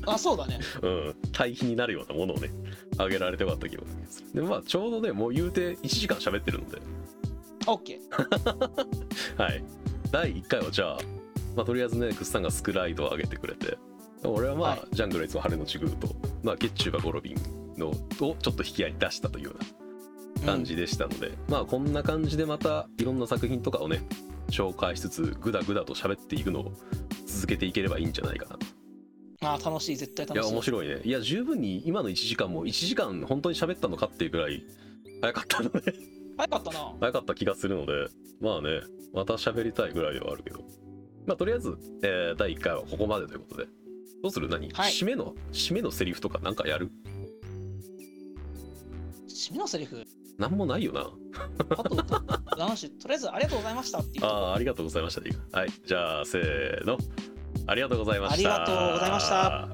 Speaker 1: あそうだね
Speaker 2: うん、対比になるようなものをね上げられてよかった気がするでまあちょうどねもう言うて1時間喋ってるので
Speaker 1: あ OK
Speaker 2: はい、第1回はじゃあ、まあ、とりあえずねグッさんがスクライドを上げてくれて俺はまあ、
Speaker 1: はい
Speaker 2: ジャングルはいつも晴れのちぐうと、まあ、ゲッチューがゴロビンのをちょっと引き合いに出したというような感じでしたので、まあこんな感じでまたいろんな作品とかをね紹介しつつグダグダと喋っていくのを続けていければいいんじゃないかなと
Speaker 1: ああ、楽しい、絶対
Speaker 2: い
Speaker 1: 楽
Speaker 2: や
Speaker 1: しい。
Speaker 2: 面白いねいや十分に今の1時間も1時間本当に喋ったのかっていうぐらい早かったので
Speaker 1: 早かったな。
Speaker 2: 早かった気がするのでまあねまた喋りたいぐらいではあるけどまあとりあえず、えー第1回はここまでということでどうする何、
Speaker 1: はい
Speaker 2: 締めの締めのセリフとかなんかやる
Speaker 1: 締めのセリフ、
Speaker 2: なんもないよな
Speaker 1: あと歌、 男子、とりあえずありがとうございましたっていう。
Speaker 2: あーありがとうございましたでいいかはいじゃあせーのありがとうございました
Speaker 1: ありがとうございました